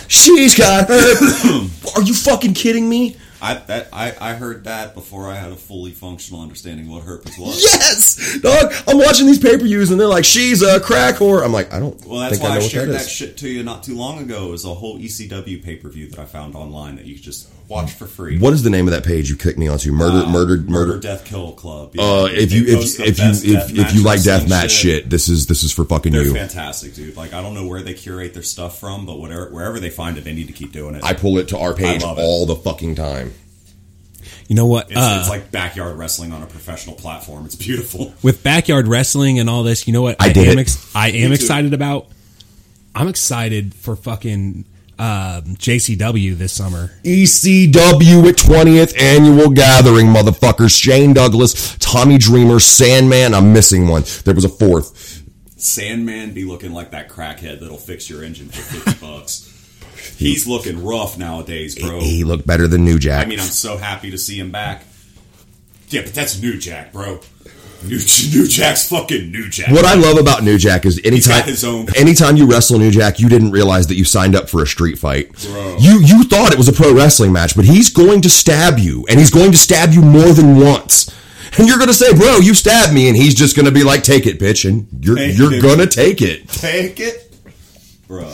She's got (coughs) herpes. Are you fucking kidding me? I, that, I I heard that before I had a fully functional understanding of what herpes was. Yes, dog. I'm watching these pay per views and they're like, she's a crack whore. I'm like, I don't. Well, that's think I why I, know what shared that that, is. shit to you not too long ago. It was a whole E ECW pay per view that I found online that you could just watch for free. What is the name of that page you kicked me onto? Murder, murdered, murder, Uh, Murder Death Kill Club. yeah. Uh, if They you if post the if you best if, if you matches like death and match shit, this is this is for fucking They're you. fantastic, dude. Like I don't know where they curate their stuff from, but whatever, wherever they find it, they need to keep doing it. I pull it to our page love it. all the fucking time. You know what? it's, uh, it's like backyard wrestling on a professional platform. It's beautiful. with backyard wrestling and all this, you know what? I did am it. Ex- I am too. excited about. I'm excited for fucking um, JCW this summer. E ECW at 20th annual gathering, motherfuckers. Shane Douglas, Tommy Dreamer, Sandman. I'm missing one. There was a fourth. Sandman be looking like that crackhead that'll fix your engine for (laughs) fifty bucks. He's looking rough nowadays, bro. He looked better than New Jack. I mean, I'm so happy to see him back. Yeah, but that's New Jack, bro. New, New Jack's fucking New Jack. what I love about New Jack is anytime got his own- (laughs) anytime you wrestle New Jack, you didn't realize that you signed up for a street fight. Bro. You you thought it was a pro wrestling match, but he's going to stab you, and he's going to stab you more than once. And you're gonna say, "Bro, you stabbed me," and he's just gonna be like, "Take it, bitch," and you're Take you're it. gonna take it. Take it, bro.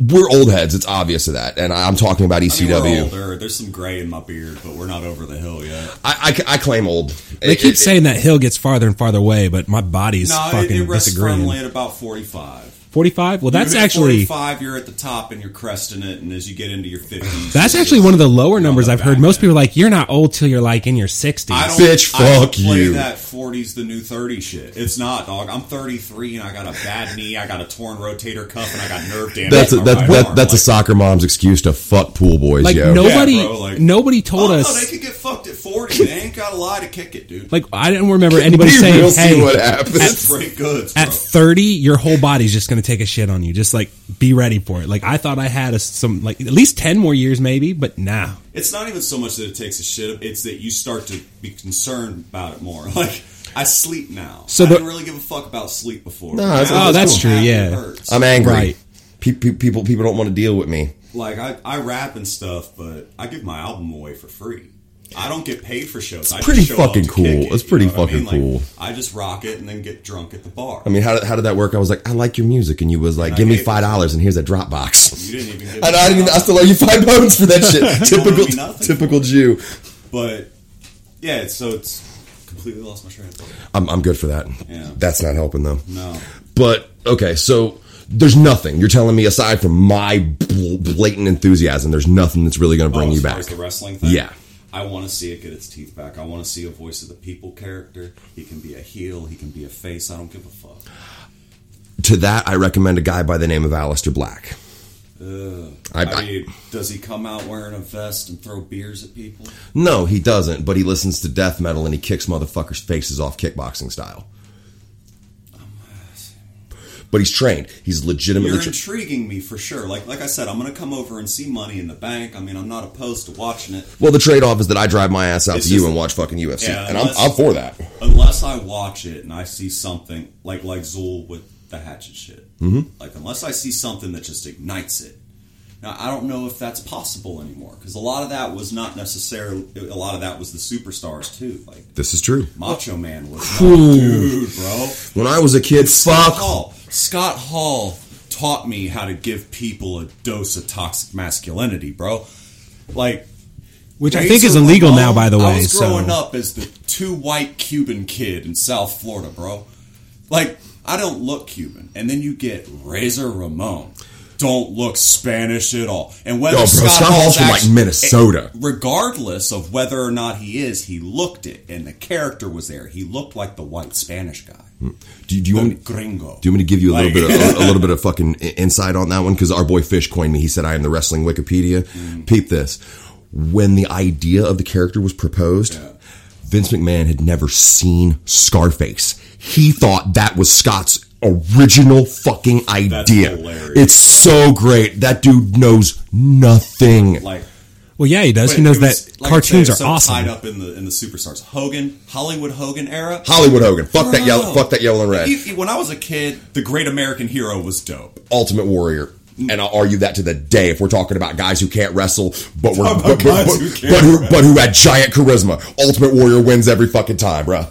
We're old heads; it's obvious of that. And I- I'm talking about E I mean, ECW. we're older. There's some gray in my beard, but we're not over the hill yet. I, I, I claim old. They keep saying that hill gets farther and farther away, but my body's No, it, fucking it rests firmly disagreeing. at about 45. 45? Well, that's You hit actually 45. You're at the top and you're cresting it, and as you get into your 50s, that's you're actually just- one of the lower you're on numbers the I've heard. back Most end. people are like, you're not old till you're like in your 60s. I don't, Bitch, I don't fuck play you. that 40s the new 30 shit. It's not, dog. I'm 33 and I got a bad (laughs) knee, I got a torn rotator cuff, and I got nerve damage. that's a, in my that, right that, arm. that's a Like, soccer mom's excuse to fuck pool boys, like yo. (laughs) nobody Yeah, bro, like- nobody told oh, No, us they could get fucked at 40. They ain't got a lie to kick it, dude. like I don't remember anybody We saying, will "Hey, see what happens. (laughs) It's free goods, bro. at 30 your whole body's just going to take a shit on you just like be ready for it like i thought i had a, some like at least 10 more years maybe but nah it's not even so much that it takes a shit. It's that you start to be concerned about it more. (laughs) Like I sleep now. So So I the- didn't really give a fuck about sleep before. No, that's- Now oh, it's that's true, happy, yeah. it hurts. I'm angry. Right. Pe- pe- people people don't want to deal with me. like I, I rap and stuff, but I give my album away for free. I don't get paid for shows. I pretty just show up fucking to cool. kick it, That's you pretty know what fucking I mean? Like, cool. I just rock it and then get drunk at the bar. I mean, how did, how did that work? I was like, I like your music, and you was like, give me gave- five dollars, and here's a Dropbox. (laughs) you (laughs) didn't even. Give And me I didn't. Even, I nothing. still owe you five pounds for that (laughs) shit. You don't owe me typical nothing. typical Jew. But yeah, it's, so it's completely lost my train of thought. I'm I'm good for that. Yeah. That's not helping though. No. But okay, so there's nothing you're telling me aside from my bl- blatant enthusiasm. There's nothing that's really going to bring Oh, you as far back. as the wrestling thing. Yeah. I want to see it get its teeth back. I want to see a voice of the people character. He can be a heel. He can be a face. I don't give a fuck. To that, I recommend a guy by the name of Alistair Black. Ugh. I- I, I- mean, does he come out wearing a vest and throw beers at people? No, he doesn't, but he listens to death metal and he kicks motherfuckers' faces off kickboxing style. But he's trained. He's legitimately You're trained. intriguing me for sure. Like, like I said, I'm gonna come over and see Money in the Bank. I mean, I'm not opposed to watching it. well, the trade off is that I drive my ass out It's to you just- and watch fucking UFC. Yeah, and I'm, unless- I'm for that. unless I watch it and I see something like like Zool with the hatchet shit. Mm-hmm. Like unless I see something that just ignites it. Now I don't know if that's possible anymore because a lot of that was not necessarily. A lot of that was the superstars too. Like This is true. Macho Man was not, dude, bro. When I was a kid, Scott fuck. Hall. Scott Hall taught me how to give people a dose of toxic masculinity, bro. Like which i Razor think is illegal Ramon, now by the way I was growing so up as the two white Cuban kid in South Florida, bro. Like I don't look Cuban, and then you get Razor Ramon. Don't look Spanish at all. And whether Yo, bro, Scott, Scott Hall's Hall's from, like, actu- Eh, Minnesota. regardless of whether or not he is, he looked it, and the character was there. He looked like the white Spanish guy. Do, do you want me, do Gringo. you want me to give you a little Like- bit of, a, (laughs) little bit of fucking i- insight on that one? Because our boy Fish coined me. He said I am the wrestling Wikipedia. Mm. Peep this. When the idea of the character was proposed, Vince McMahon had never seen Scarface. He thought that was Scott's original fucking idea. hilarious. It's so great. That dude knows nothing. like Well, yeah, he does. he But knows it was- that like I cartoons said, are so Tied awesome. up in the in the superstars, Hogan, Hollywood Hogan era. Hollywood Hogan. Fuck that yellow. Bro. Fuck that yellow and red. E- e- When I was a kid, the Great American Hero was dope. Ultimate Warrior. And I'll argue that to the day if we're talking about guys who can't wrestle, but were Talk but, about but, guys but, who but can't who wrestle. but who had giant charisma. Ultimate Warrior wins every fucking time, bruh.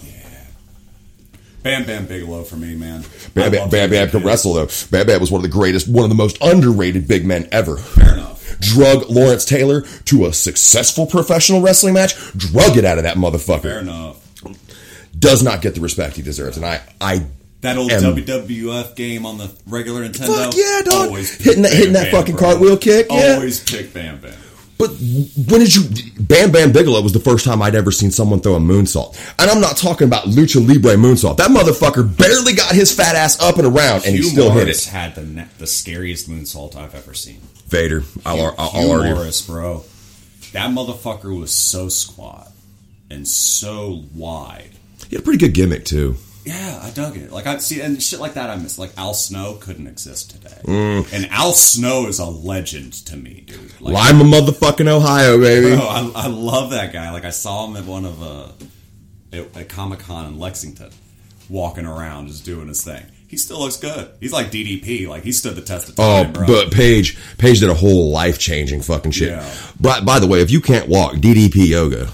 Bam Bam Bigelow for me, man. I Bam Bam loved Bam, him Bam as a could kid. wrestle though. Bam Bam was one of the greatest, one of the most underrated big men ever. Fair enough. Drug Lawrence Taylor to a successful professional wrestling match. Drug it out of that Fair motherfucker. enough. Does not get the respect he deserves, and I I That old Em. WWF game on the regular Nintendo. Fuck yeah, dog. Always pick Hitting that- Bam hitting that Bam, fucking bro. cartwheel kick, yeah. Always pick Bam Bam. But when did you? Bam Bam Bigelow was the first time I'd ever seen someone throw a moonsault, and I'm not talking about lucha libre moonsault. That motherfucker barely got his fat ass up and around, and he Hugh still hit Morris it. Had the na- the scariest moonsault I've ever seen. Vader, I'll, Hugh, I'll, I'll Hugh argue. Morris, bro. That motherfucker was so squat and so wide. He had a pretty good gimmick too. Yeah, I dug it. Like I see, and shit like that I miss. Like Al Snow couldn't exist today, Mm. and Al Snow is a legend to me, dude. Like, Lima, motherfucking Ohio, baby. (laughs) bro, I, I love that guy. Like I saw him at one of uh, at, at Comic Con in Lexington, walking around just doing his thing. He still looks good. He's like DDP. Like he stood the test of Oh, time, bro. but Paige, Paige did a whole life changing fucking shit. Yeah. By, by the way, if you can't walk, DDP yoga.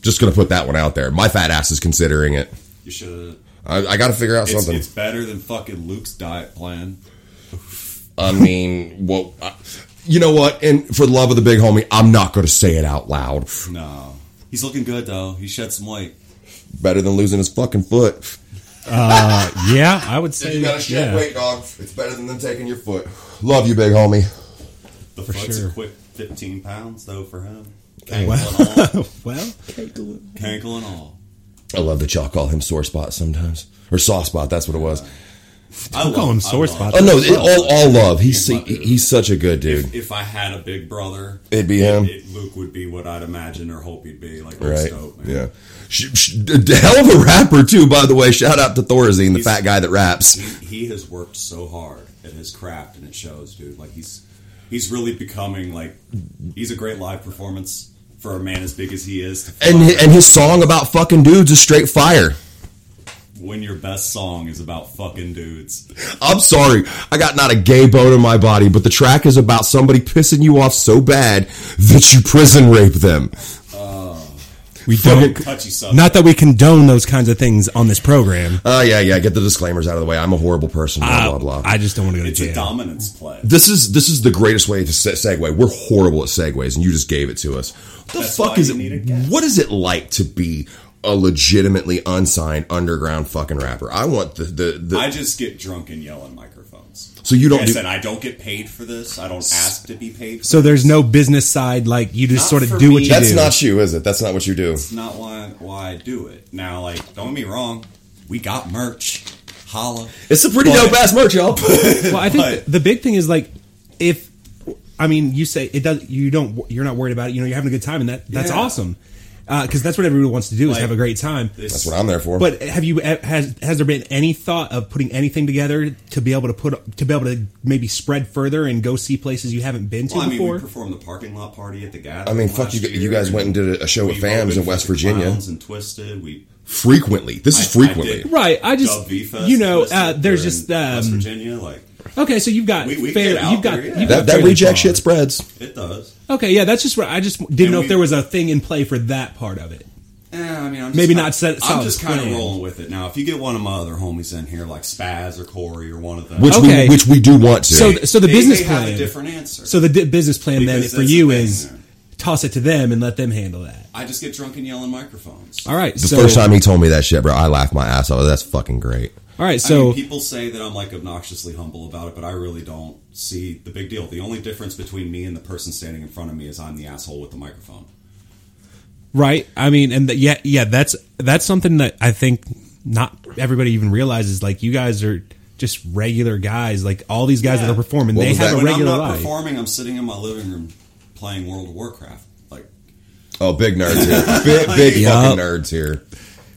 Just gonna put that one out there. My fat ass is considering it. you should. I, I got to figure out It's, something. it's better than fucking Luke's diet plan. I mean, what? I- you know what? And for the love of the big homie, I'm not going to say it out loud. No, he's looking good though. He shed some weight. Better than losing his fucking foot. Yeah, I would say. yeah. dog. It's better than them taking your foot. Love you, big homie. The foot's sure. a quick fifteen pounds though for him. Dang. Cankle and all. (laughs) Well, Cankle and all. I love that y'all call him sore spot sometimes, or soft spot. That's what it was. I call him sore spot. Oh no, it, all, all love. He's he's such a good dude. If I had a big brother, It'd be him. it, Luke would be what I'd imagine or hope he'd be. Like Right. right. dope, man. Yeah. Sh- sh- d- d- Hell of a rapper too, by the way. Shout out to Thorazine, the He's- fat guy that raps. He, he has worked so hard at his craft, and it shows, dude. Like he's he's really becoming like he's a great live performance for a man as big as he is. to And fly. and his song about fucking dudes is straight fire. when your best song is about fucking dudes, I'm sorry, I got not a gay bone in my body, but the track is about somebody pissing you off so bad that you prison rape them. we don't. touchy subject. Not that we condone those kinds of things on this program. Oh yeah, yeah. Get the disclaimers out of the way. I'm a horrible person. Blah blah blah. I just don't want to go to it's a jail. dominance play. this is this is the greatest way to se- segue. We're horrible at segues, and you just gave it to us. What the That's fuck why is you need a it? guest. What is it like to be a legitimately unsigned underground fucking rapper? I want the the, the I just get drunk and yell in microphones. so you don't Like I do said I don't get paid for this. I don't ask to be paid. For so this. there's no business side. Like you just Not sort of for do what me. you that's do. not you, is it? That's not what you do. It's not why why I do it. Now, like, don't get me wrong, we got merch. Holla. It's a pretty But- dope ass merch, y'all. well, I think But- the big thing is like if I mean you say it does you don't you're not worried about it. You know you're having a good time and that that's Yeah. awesome because that's what everybody wants to do is Like- have a great time. This- That's what I'm there for. But have you has has there been any thought of putting anything together to be able to put to be able to maybe spread further and go see places you haven't been to Well, I mean, before? we performed the parking lot party at the gas. I mean, fuck you. You guys went and did a- a show at Fams in West Virginia And twisted. We frequently. This is I- I frequently. did. right, I Dub just V Fest. you know Twisted uh, there's here just in West um, Virginia. Like okay, so you've got We- we fair, get out you've got there, yeah. you've got that that fairly reject broad. shit spreads. it does. Okay, yeah, that's just what I just didn't And know we- if there was a thing in play for that part of it. Eh, I mean, I'm just Maybe kinda- not set- I'm solid just kind of plan. rolling with it now. If you get one of my other homies in here, like Spaz or Corey or one of them, which Okay. we which we do want to. So, so the they, business they plan. have a different answer. so the di- business plan then Because for that's you the thing, is man. toss it to them and let them handle that. I just get drunk and yell in microphones. All right. the so, first time he told me that shit, bro, I laughed my ass off. That's fucking great. All right. I So mean, people say that I'm like obnoxiously humble about it, but I really don't see the big deal. The only difference between me and the person standing in front of me is I'm the asshole with the microphone. right. I mean, and the, yeah, yeah. That's that's something that I think not everybody even realizes like you guys are just regular guys. Like all these guys Yeah. that are performing, What they was have that? a When I'm regular not life. performing, I'm sitting in my living room playing World of Warcraft. Like Oh, big nerds (laughs) here. Big, big fucking nerds here.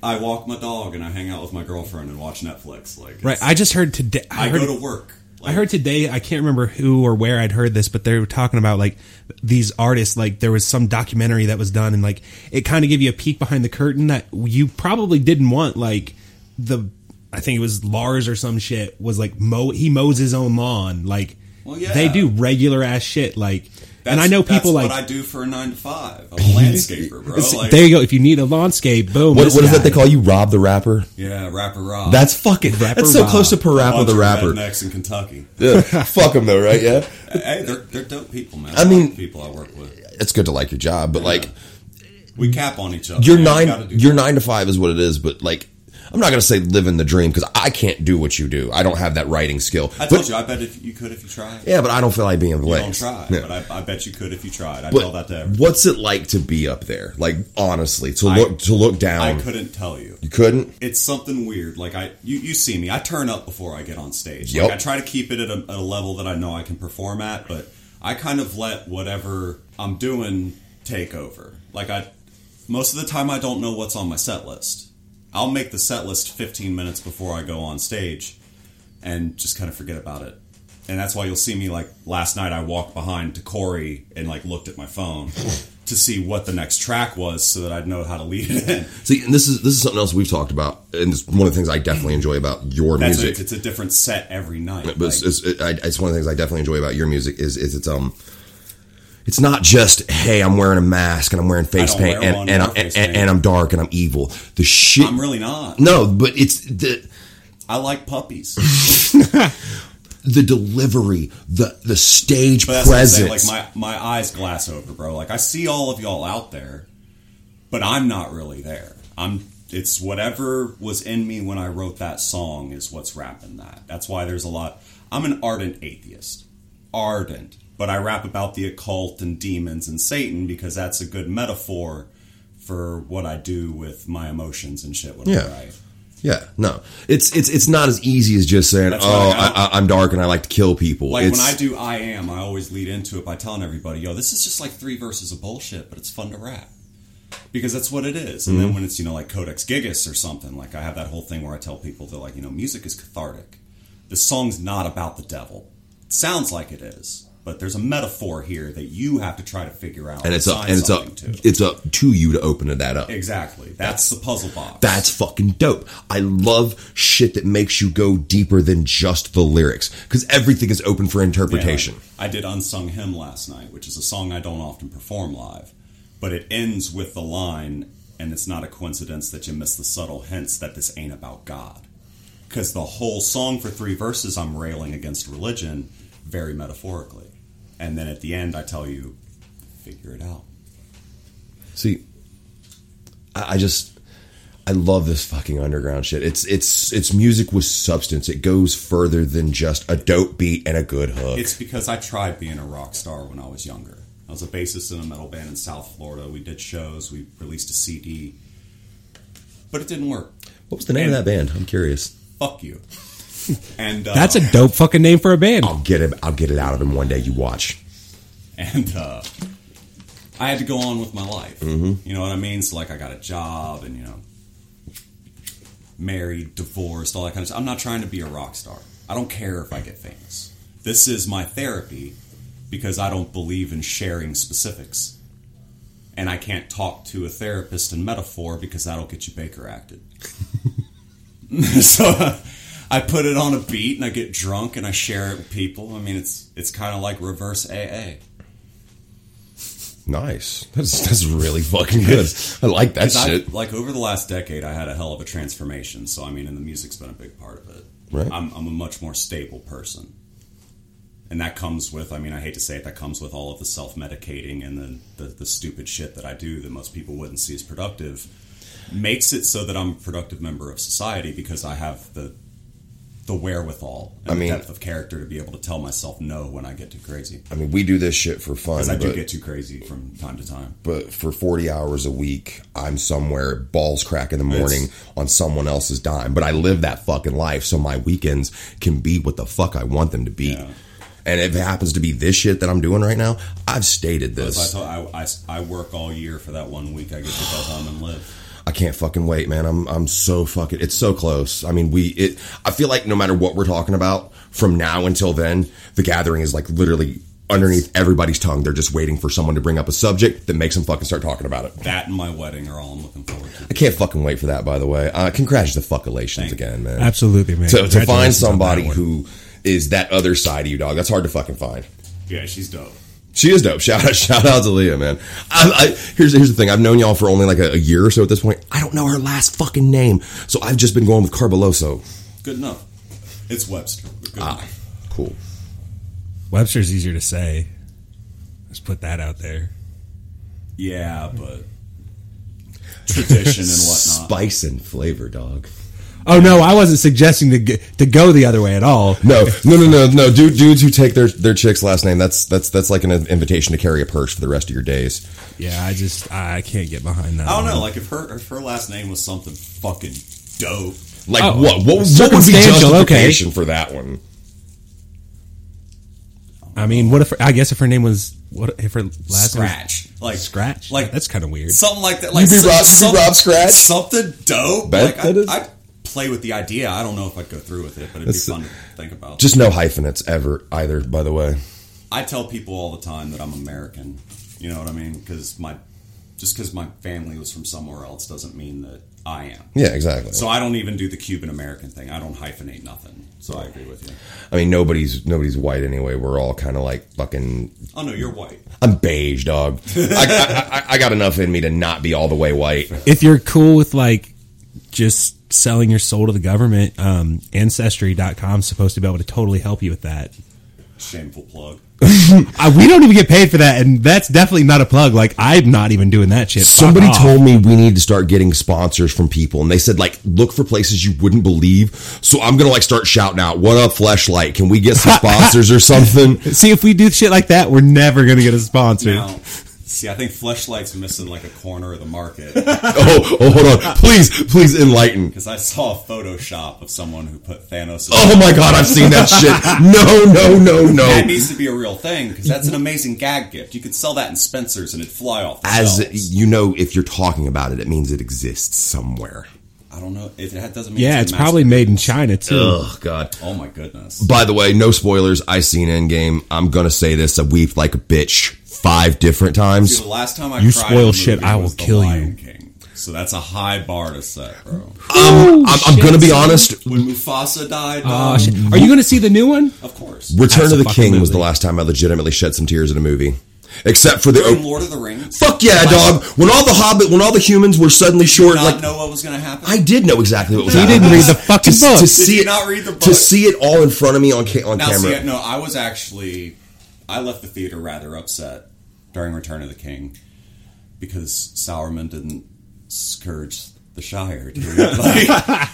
I walk my dog and I hang out with my girlfriend and watch Netflix. Like Right. it's- I just heard today. I, I, heard, go to work. Like, I heard today. I can't remember who or where I'd heard this, but they were talking about like these artists. Like there was some documentary that was done, and like it kind of gave you a peek behind the curtain that you probably didn't want. Like the I think it was Lars or some shit was like mow. He mows his own lawn. Like Well, yeah. they do regular ass shit. Like and that's- I know people that's like. what I do for a nine to five. (laughs) I'm a landscaper, bro. It's- Like, there you go. If you need a landscape, boom. What, this what is guy. that they call you? Rob the Rapper? yeah, rapper Rob. That's fucking. Rapper that's so Rob. close to Parappa Bunch the of Rapper. Rednecks in Kentucky. Yeah. (laughs) Fuck him though, right? Yeah. hey, they're, they're dope people, man. I I mean, mean- people I work with. It's good to like your job, but like We cap on each other. your man. We gotta nine, do your nine to five is what it is. But like, I'm not gonna say living the dream because I can't do what you do. I don't have that writing skill. I but, told you, I bet if you could if you tried. Yeah, but I don't feel like being You blamed. don't try, Yeah. but I, I bet you could if you tried. I tell that But to everyone. what's it like to be up there? Like honestly, to look to look down. I couldn't tell you. you couldn't. It's something weird. Like I, you, you see me. I turn up before I get on stage. Yep. Like I try to keep it at a, at a level that I know I can perform at, but I kind of let whatever I'm doing take over. Like I, most of the time, I don't know what's on my set list. I'll make the set list 15 minutes before I go on stage, and just kind of forget about it. And that's why you'll see me like last night. I walked behind to Corey and like looked at my phone to see what the next track was, so that I'd know how to lead it in. See, and this is this is something else we've talked about, and it's one of the things I definitely enjoy about your That's music. it. It's a different set every night. but it's, it's, it, I, it's one of the things I definitely enjoy about your music is is it's um. It's not just hey, I'm wearing a mask and I'm wearing face don't paint wear and one, and, no I- and, face and, paint. I'm dark and I'm evil. The shit. I'm really not. no, but it's the I like puppies. the delivery, the the stage But that's what I'm saying, presence. Like my my eyes glass over, bro. Like I see all of y'all out there, but I'm not really there. I'm. It's whatever was in me when I wrote that song is what's rapping that. That's why there's a lot. I'm an ardent atheist, ardent. But I rap about the occult and demons and Satan because that's a good metaphor for what I do with my emotions and shit. Whenever Yeah. I yeah, no, it's it's it's not as easy as just saying That's oh what I- I, I, I'm dark and I like to kill people. Like it's, when I do I am, I always lead into it by telling everybody, yo, this is just like three verses of bullshit, but it's fun to rap. Because that's what it is. Mm-hmm. And then when it's, you know, like Codex Gigas or something, like I have that whole thing where I tell people that like, you know, music is cathartic. This song's not about the devil. It sounds like it is, but there's a metaphor here that you have to try to figure out and it's up assign and it's up something to. it's up to you to open that up. Exactly. That's the puzzle box. That's fucking dope. I love shit that makes you go deeper than just the lyrics because everything is open for interpretation. Yeah. I did Unsung Hymn last night, which is a song I don't often perform live, but it ends with the line, and it's not a coincidence that you miss the subtle hints that this ain't about God. Because the whole song for three verses, I'm railing against religion very metaphorically. And then at the end, I tell you, figure it out. See, I, I just I love this fucking underground shit. It's it's it's music with substance. It goes further than just a dope beat and a good hook. It's because I tried being a rock star when I was younger. I was a bassist in a metal band in South Florida. We did shows, we released a CD, but it didn't work. what was the name of that band? I'm curious. fuck (laughs) you. And uh, That's a dope fucking name for a band. I'll get it. I'll get it out of him one day. You watch. and uh, I had to go on with my life. You know what I mean? So like, I got a job, and you know, married, divorced, all that kind of stuff. I'm not trying to be a rock star. I don't care if I get famous. This is my therapy because I don't believe in sharing specifics. And I can't talk to a therapist in metaphor because that'll get you Baker acted. (laughs) so uh, I put it on a beat and I get drunk and I share it with people. I mean, it's it's kind of like reverse AA. Nice. (laughs) That's that's really fucking good. I like that 'Cause I- shit. like over the last decade, I had a hell of a transformation. So I mean, and the music's been a big part of it. Right. I'm, I'm a much more stable person, and that comes with. I mean, I hate to say it, that comes with all of the self medicating and the, the the stupid shit that I do that most people wouldn't see as productive. Makes it so that I'm a productive member of society because I have the the wherewithal and I the mean- depth of character to be able to tell myself no when I get too crazy. I mean, we do this shit for fun. Because I do but- get too crazy from time to time. but for 40 hours a week, I'm somewhere at balls crack in the morning on someone else's dime. But I live that fucking life, so my weekends can be what the fuck I want them to be. And if it happens to be this shit that I'm doing right now, I've stated So I, this. told, I, I, I work all year for that one week I get to go home and live. I can't fucking wait, man. I'm I'm so fucking. It's so close. I mean, we. It. I feel like no matter what we're talking about from now until then, the gathering is like literally underneath everybody's tongue. They're just waiting for someone to bring up a subject that makes them fucking start talking about it. That and my wedding are all I'm looking forward to. I can't fucking wait for that. By the way, uh, congratulations again, man. Absolutely, man. to, to find Congratulations on somebody that one. who is that other side of you, dog. That's hard to fucking find. Yeah, she's dope. She is dope. (laughs) Shout out, shout out to Leah, man. I, I, here's here's the thing. I've known y'all for only like a, a year or so at this point. I don't know her last fucking name, so I've just been going with Carboloso. Good enough. It's Webster. Good Ah, enough. cool. Webster's easier to say. Let's put that out there. Yeah, but tradition (laughs) and whatnot. Spice and flavor, dog. Oh no, I wasn't suggesting to g- to go the other way at all. No, no, no, no, no. Dude, dudes who take their their chick's last name. That's that's that's like an invitation to carry a purse for the rest of your days. Yeah, I just I can't get behind that. I don't one. know. Like if her if her last name was something fucking dope, Like Oh, what? What, was what would be circumstantial, okay. justification for that one? I mean, what if I guess if her name was what if her last name was scratch, like Scratch? like that's kind of weird. something like that. Like be some- Rob- you'd be some- Rob Scratch? something dope. Bet Like I, that is- I'd play with the idea. I don't know if I'd go through with it, but it'd be fun to think about. Just no hyphenates ever either. By the way. I tell people all the time that I'm American. You know what I mean? Because my just because my family was from somewhere else doesn't mean that I am. Yeah, exactly. So I don't even do the Cuban American thing. I don't hyphenate nothing. So I agree with you. I mean, nobody's nobody's white anyway. We're all kind of like fucking. Oh no, you're white. I'm beige, dog. I, I, I, I got enough in me to not be all the way white. if you're cool with like just selling your soul to the government, um, ancestry.com is supposed to be able to totally help you with that. Shameful plug. I, we don't even get paid for that, and that's definitely not a plug. Like I'm not even doing that shit. Fuck Somebody off. told me we need to start getting sponsors from people, and they said like look for places you wouldn't believe. So I'm gonna like start shouting out, "What up, Fleshlight? Can we get some sponsors or (laughs) something?" See if we do shit like that, we're never gonna get a sponsor. Now, see, I think Fleshlight's missing like a corner of the market Oh, oh, hold on, please, please enlighten. because I saw a Photoshop of someone who put Thanos. Oh my god, I've seen that shit. No, no, no, That no. needs to be a real thing because that's an amazing gag gift. You could sell that in Spencer's and it'd fly off. The shelves. As you know, if you're talking about it, it means it exists somewhere. I don't know if it doesn't. Mean yeah, in it's mass probably made in China too. Oh god. Oh my goodness. By the way, no spoilers. I seen Endgame. I'm gonna say this. I weeped like a bitch five different Dude, times. the last time I You cried spoil in a movie shit, I will was The kill you. Lion King. So that's a high bar to set, bro. I'm, Um, I'm, I'm gonna be honest. When Mufasa died, Oh, dog, shit. Are you gonna see the new one? of course. Return That's of a the fucking King was the movie. last time I legitimately shed some tears in a movie, except for the. During Oh, Lord of the Rings, fuck yeah, dog! When all the Hobbit, when all the humans were suddenly short, Did not like know what was going to happen. I did know exactly what was. He happening. didn't read the fucking to, book. To Did see you it, not read the book? To see it all in front of me on ca- on now, see, camera. no, I was actually, I left the theater rather upset during Return of the King because Sauron didn't scourge the Shire. Dude. (laughs)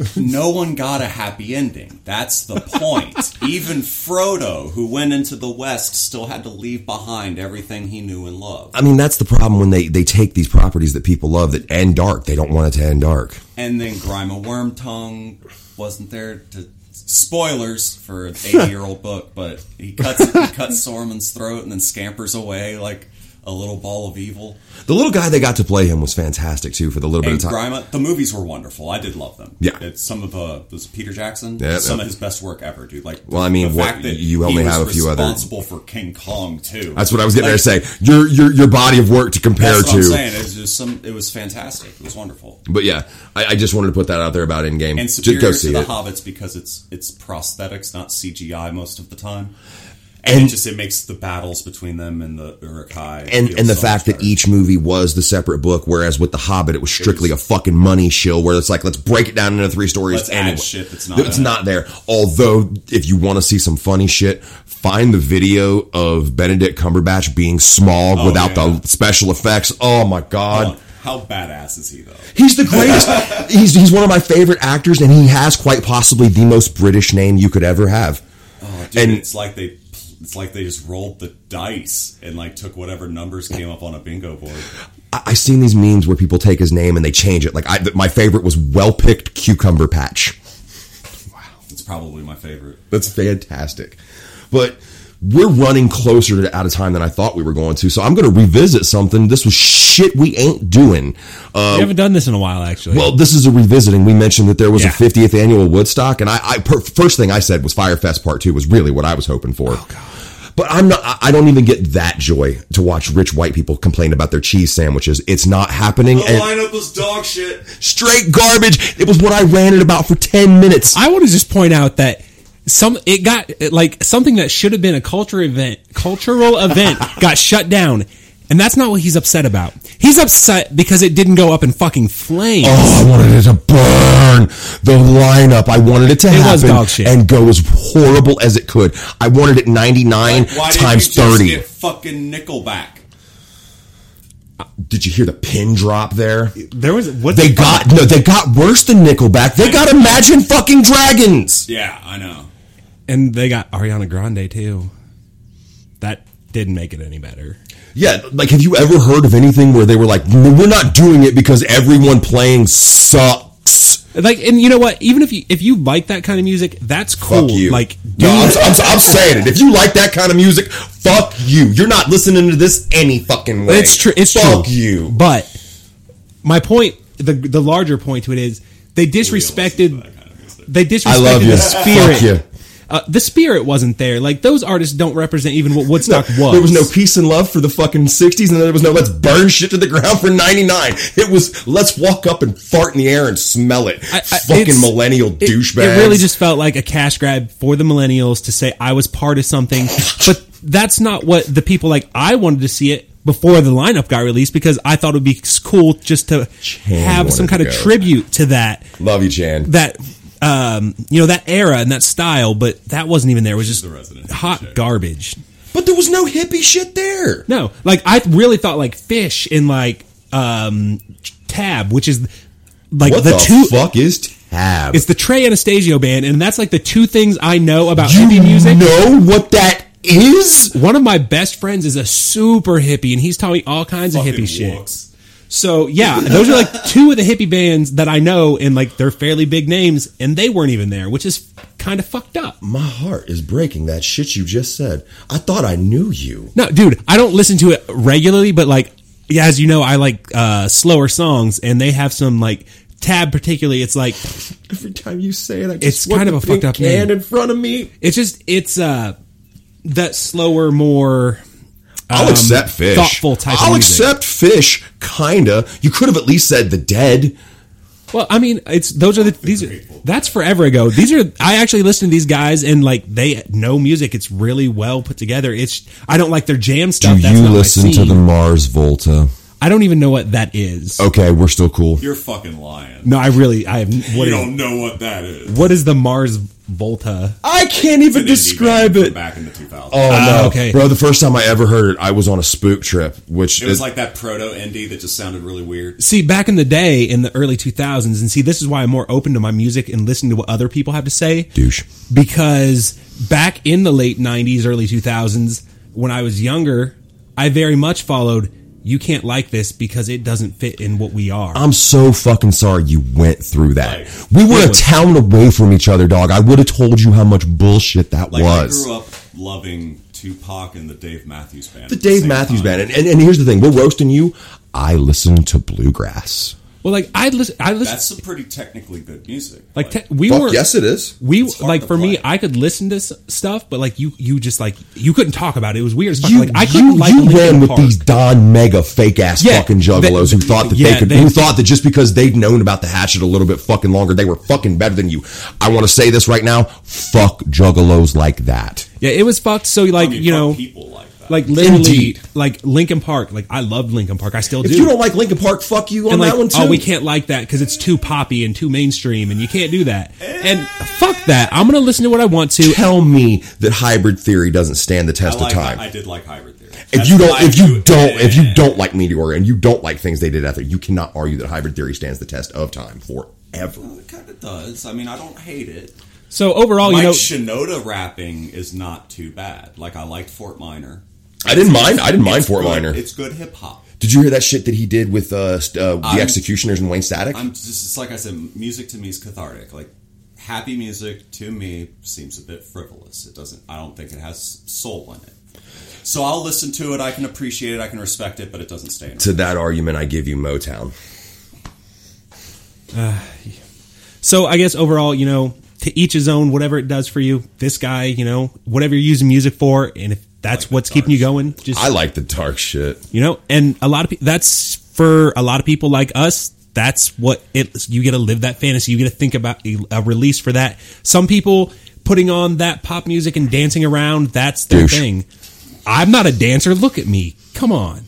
Like, no one got a happy ending. That's the point. Even Frodo, who went into the West, still had to leave behind everything he knew and loved. I mean, that's the problem when they they take these properties that people love that end dark. They don't want it to end dark. And then Grima Wormtongue wasn't there to spoilers for an eighty-year-old book, but he cuts he cuts Sorman's throat and then scampers away like a little ball of evil. The little guy they got to play him was fantastic too for the little bit And of time. Grima, the movies were wonderful. I did love them. Yeah. it's some of uh, was it Peter Jackson. Yeah, some yeah. of his best work ever, dude. Like, Well, I mean, the what- fact that you he only was have a few other- responsible for King Kong too. That's what I was getting Like, there to say. Your your your body of work to compare That's what to. I'm saying. It was just some. It was fantastic. It was wonderful. But yeah, I, I just wanted to put that out there about in game. and Just superior go see to the it. hobbits because it's it's prosthetics not cgi most of the time And- and, it just it makes the battles between them and the urukai and feel and the so fact much that better. each movie was the separate book, whereas with the Hobbit it was strictly a fucking money shill, where it's like let's break it down into three stories. Let's and add it- shit that's not it's in it. not there. Although if you want to see some funny shit, find the video of Benedict Cumberbatch being smog without yeah. the special effects. Oh my god. Hold on. How badass is he though? He's the greatest. he's, he's one of my favorite actors, and he has quite possibly the most British name you could ever have. Oh, dude, And- it's like they it's like they just rolled the dice and like took whatever numbers came up on a bingo board. I, I've seen these memes where people take his name and they change it. Like I, th- my favorite was well picked cucumber patch. It's probably my favorite. That's fantastic. But we're running closer to out of time than I thought we were going to, so I'm going to revisit something. This was shit we ain't doing. Uh, we haven't done this in a while, actually. well, this is a revisiting. We mentioned that there was Yeah. a 50th annual Woodstock, and I, I per, first thing I said was Firefest Part Two was really what I was hoping for. But I'm not. I- I don't even get that joy to watch rich white people complain about their cheese sandwiches. It's not happening. The and lineup was dog shit. straight garbage. It was what I ranted about for ten minutes. I want to just point out that some it got it, like something that should have been a culture event, (laughs) cultural event got shut down. And that's not what he's upset about. He's upset because it didn't go up in fucking flames. Oh, I wanted it to burn the lineup. I wanted it to happen was dog shit. and go as horrible as it could. I wanted it 99 Why times did you just 30. get fucking Nickelback? Did you hear the pin drop there? There was what They got no, they got worse than Nickelback. They got Imagine fucking Dragons. Yeah, I know. and they got Ariana Grande too. That didn't make it any better. Yeah, like have you ever heard of anything where they were like, "No, "We're not doing it because everyone playing sucks." Like, and you know what? Even if you if you like that kind of music, that's cool. Fuck you. Like, no, I'm, dude, I'm, I'm saying it. If you like that kind of music, fuck you. You're not listening to this any fucking way. It's true. It's fuck true. you. But my point, the the larger point to it is, they disrespected. They disrespected I love you. the Fuck you. spirit. Uh, the spirit wasn't there. Like those artists don't represent even what Woodstock was. There was no peace and love for the fucking 60s, and then there was no let's burn shit to the ground for 99. It was let's walk up and fart in the air and smell it. I- I- fucking it's- millennial it- douchebags. It really just felt like a cash grab for the millennials to say I was part (laughs) of something, but that's not what the people like I wanted to see it before the lineup got released because I thought it would be cool just to Chan have some wanted kind to of go. tribute to that Love you, Chan. that um you know that era and that style, but that wasn't even there. It was just the resident hot hippie. garbage. But there was no hippie shit there. No, like I really thought like fish in like um tab, which is like What the, the, two fuck is Tab? It's the Trey Anastasio band, and that's like the two things I know about you hippie music. know what that is? One of my best friends is a super hippie, and he's taught me all kinds of hippie shit. Wooks. So yeah, those are like two of the hippie bands that I know, and like they're fairly big names, and they weren't even there, which is kind of fucked up. My heart is breaking that shit you just said. I thought I knew you. No, dude, I don't listen to it regularly, but like, yeah, as you know, I like uh, slower songs, and they have some like tab particularly. It's like Every time you say it, I just It's want kind of the a fucked pink up can name. in front of me. it's just it's uh that slower, more I'll um, accept fish. thoughtful type. of I'll music. accept fish, kinda. You could have at least said the dead. Well, I mean, it's those are the these are that's forever ago. These are I actually listen to these guys and like they know music. It's really well put together. It's I don't like their jam stuff. that's not my scene. Mars Volta? I don't even know what that is. Okay, we're still cool. You're fucking lying. No, I really I have what you is, don't know what that is. what is the Mars Volta? I can't even An indie describe it. band from Back in the 2000s. Oh no, Ah, okay. bro! The first time I ever heard it, I was on a spook trip, which it was like that proto indie that just sounded really weird. See, back in the day in the early 2000s and see this is why I'm more open to my music and listening to what other people have to say. douche. because back in the late 90s early 2000s when i was younger i very much followed you can't like this because it doesn't fit in what we are I'm so fucking sorry you went through that. Like, we were a town away from each other, dog. I would have told you how much bullshit that Like was. I grew up loving Tupac and the Dave Matthews Band. the Dave Matthews Band, and, and, and here's the thing: we're roasting you. I listen to bluegrass. well like i listen i listen That's some pretty technically good music. like te- we were it is. we hard like to for me play. i could listen to s- stuff but like you you just like you couldn't talk about it it was weird as fuck. You, like i couldn't you, like you Linkin ran with Park. these Don Mega fake ass Yeah, fucking juggalos they- who thought that they yeah, could, they- who thought that just because they'd known about the hatchet a little bit fucking longer, they were fucking better than you. I want to say this right now: fuck juggalos like that. yeah it was fucked so like I mean, you fuck know people like that. like literally Indeed. like linkin park like i loved linkin park i still do If you don't like Linkin Park, fuck you on and like, that one too. oh, we can't like that because it's too poppy and too mainstream, and you can't do that. And fuck that. I'm gonna listen to what I want to. Tell me that hybrid theory doesn't stand the test I, like, of time. I did like Hybrid Theory. If That's you don't, why if you you- don't, if you don't like Meteor and you don't like things they did after, you cannot argue that hybrid theory stands the test of time forever. It kind of does. I mean, I don't hate it. So overall, Mike Oh, you know, Shinoda rapping is not too bad. Like I liked Fort Minor. I didn't mind. I didn't mind It's Fort good- Minor. It's good hip hop. Did you hear that shit that he did with uh, st- uh, the I'm- Executioners and Wayne Static? I'm just it's like I said, music to me is cathartic. Like happy music to me seems a bit frivolous. It doesn't. I don't think it has soul in it. So I'll listen to it. I can appreciate it. I can respect it, but it doesn't stay. in to that argument, I give you Motown. so I guess overall, you know, to each his own. Whatever it does for you, this guy, you know, whatever you're using music for, and if that's Like the what's keeping you Darks. going, just I like the dark shit. you know, and a lot of people. That's for a lot of people like us. That's what it. You get to live that fantasy. You get to think about a a release for that. Some people putting on that pop music and dancing around. That's their Douche. thing. I'm not a dancer. Look at me. Come on.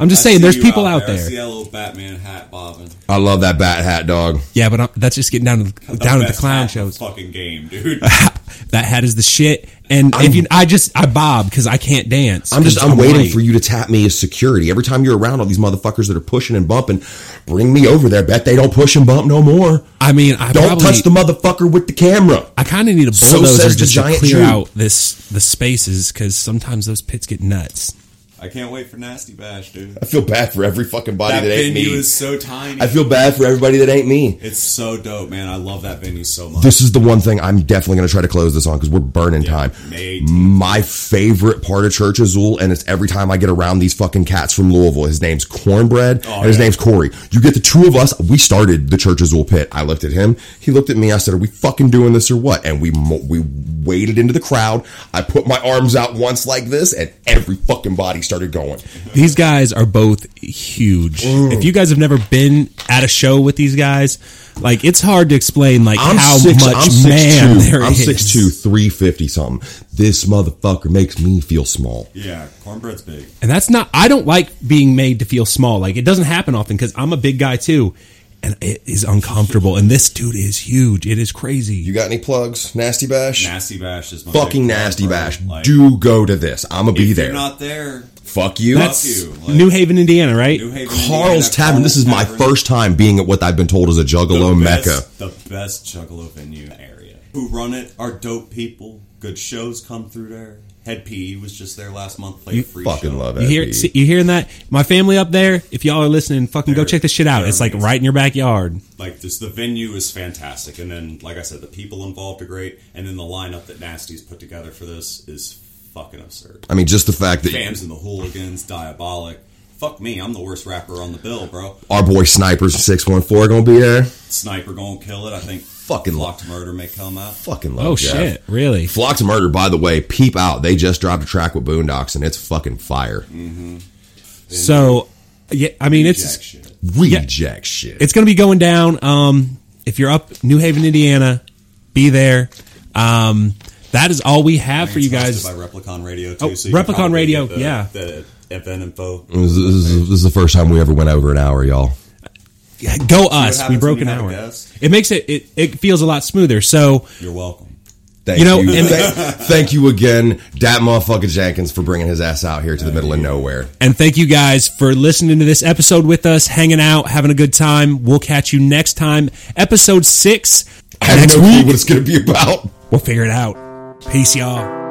I'm just I saying, see there's you people out I there. see that little Batman hat bobbing. I love that bat hat dog. Yeah, but i that's just getting down to down at the best clown hat in the shows. Fucking game, dude. (laughs) That hat is the shit. And if you, I just I bob because I can't dance. I'm just 'cause I'm, waiting white. for you to tap me as security. Every time you're around all these motherfuckers that are pushing and bumping, bring me over there. Bet they don't push and bump no more. I mean, I Don't probably, touch the motherfucker with the camera. I kind of need a So bulldozer says the just to giant clear Jew. out this the spaces because sometimes those pits get nuts. I can't wait for Nasty Bash, dude. I feel bad for every fucking body That that, ain't venue me. is so tiny. I feel bad for everybody that ain't me. it's so dope, man. I love that venue so much. This is the one thing I'm definitely going to try to close this on because we're burning time. May 18th. My favorite part of Church Azul, and it's every time I get around these fucking cats from Louisville. His name's Cornbread and his yeah. name's Corey. You get the two of us. We started the Church Azul pit. I looked at him. He looked at me. I said, "Are we fucking doing this or what?" And we mo- we waded into the crowd. I put my arms out once like this, and every fucking body started going. These guys are both huge. If you guys have never been at a show with these guys, like it's hard to explain like I'm how six, much I'm six man two. there I'm is. six two, three fifty something. This motherfucker makes me feel small. Yeah, cornbread's big. And that's not, I don't like being made to feel small. Like, it doesn't happen often because I'm a big guy too. And it is uncomfortable. And this dude is huge. It is crazy. You got any plugs? Nasty Bash? Nasty Bash is my Fucking big Nasty cornbread. Bash. Like, Do go to this. I'm going to be if there. You're not there. Fuck you. That's- That's Fuck you, New Haven, Indiana, right? New Haven, Carl's Indiana, Tavern. This is my Carl's first time being at what I've been told is a Juggalo Tavern. the mecca. Best, the best Juggalo venue in the area. Who run it are dope people. Good shows come through there. Head PE was just there last month. Played You a free fucking show. love it. You hear, see, you hearing that? My family up there. If y'all are listening, fucking go They're- check this shit out. they're It's like amazing. right in your backyard. like this the venue is fantastic and then like i said the people involved are great and then the lineup that nasty's put together for this is fucking absurd I mean, just the fact that fams and the hooligans diabolic fuck me i'm the worst rapper on the bill bro our boy Snipers 614 going to be there. sniper gonna kill it i think Fucking love. locked murder may come out Fucking love Oh Jeff. shit! Really? Flock to Murder, by the way, peep out. They just dropped a track with Boondocks and it's fucking fire. Mm. So, yeah. I mean, Jack it's shit. Reject shit. it's gonna be going down. Um, if you're up New Haven, Indiana, be there. Um, that is all we have for you It's guys. hosted by replicon radio too Oh, so you can Replicon probably Radio, get the- yeah. the event info This is, this is- this is the first time we ever went over an hour, y'all. Go us. We happens broke when you an have a hour. guest? It makes it, it it feels a lot smoother. So you're welcome Thank You know, and- thank, thank you again, that motherfucker Jenkins, for bringing his ass out here to the middle of nowhere. And thank you guys for listening to this episode with us, hanging out, having a good time. We'll catch you next time, episode six. I have Next no clue week. what it's going to be about. We'll figure it out. Peace, y'all.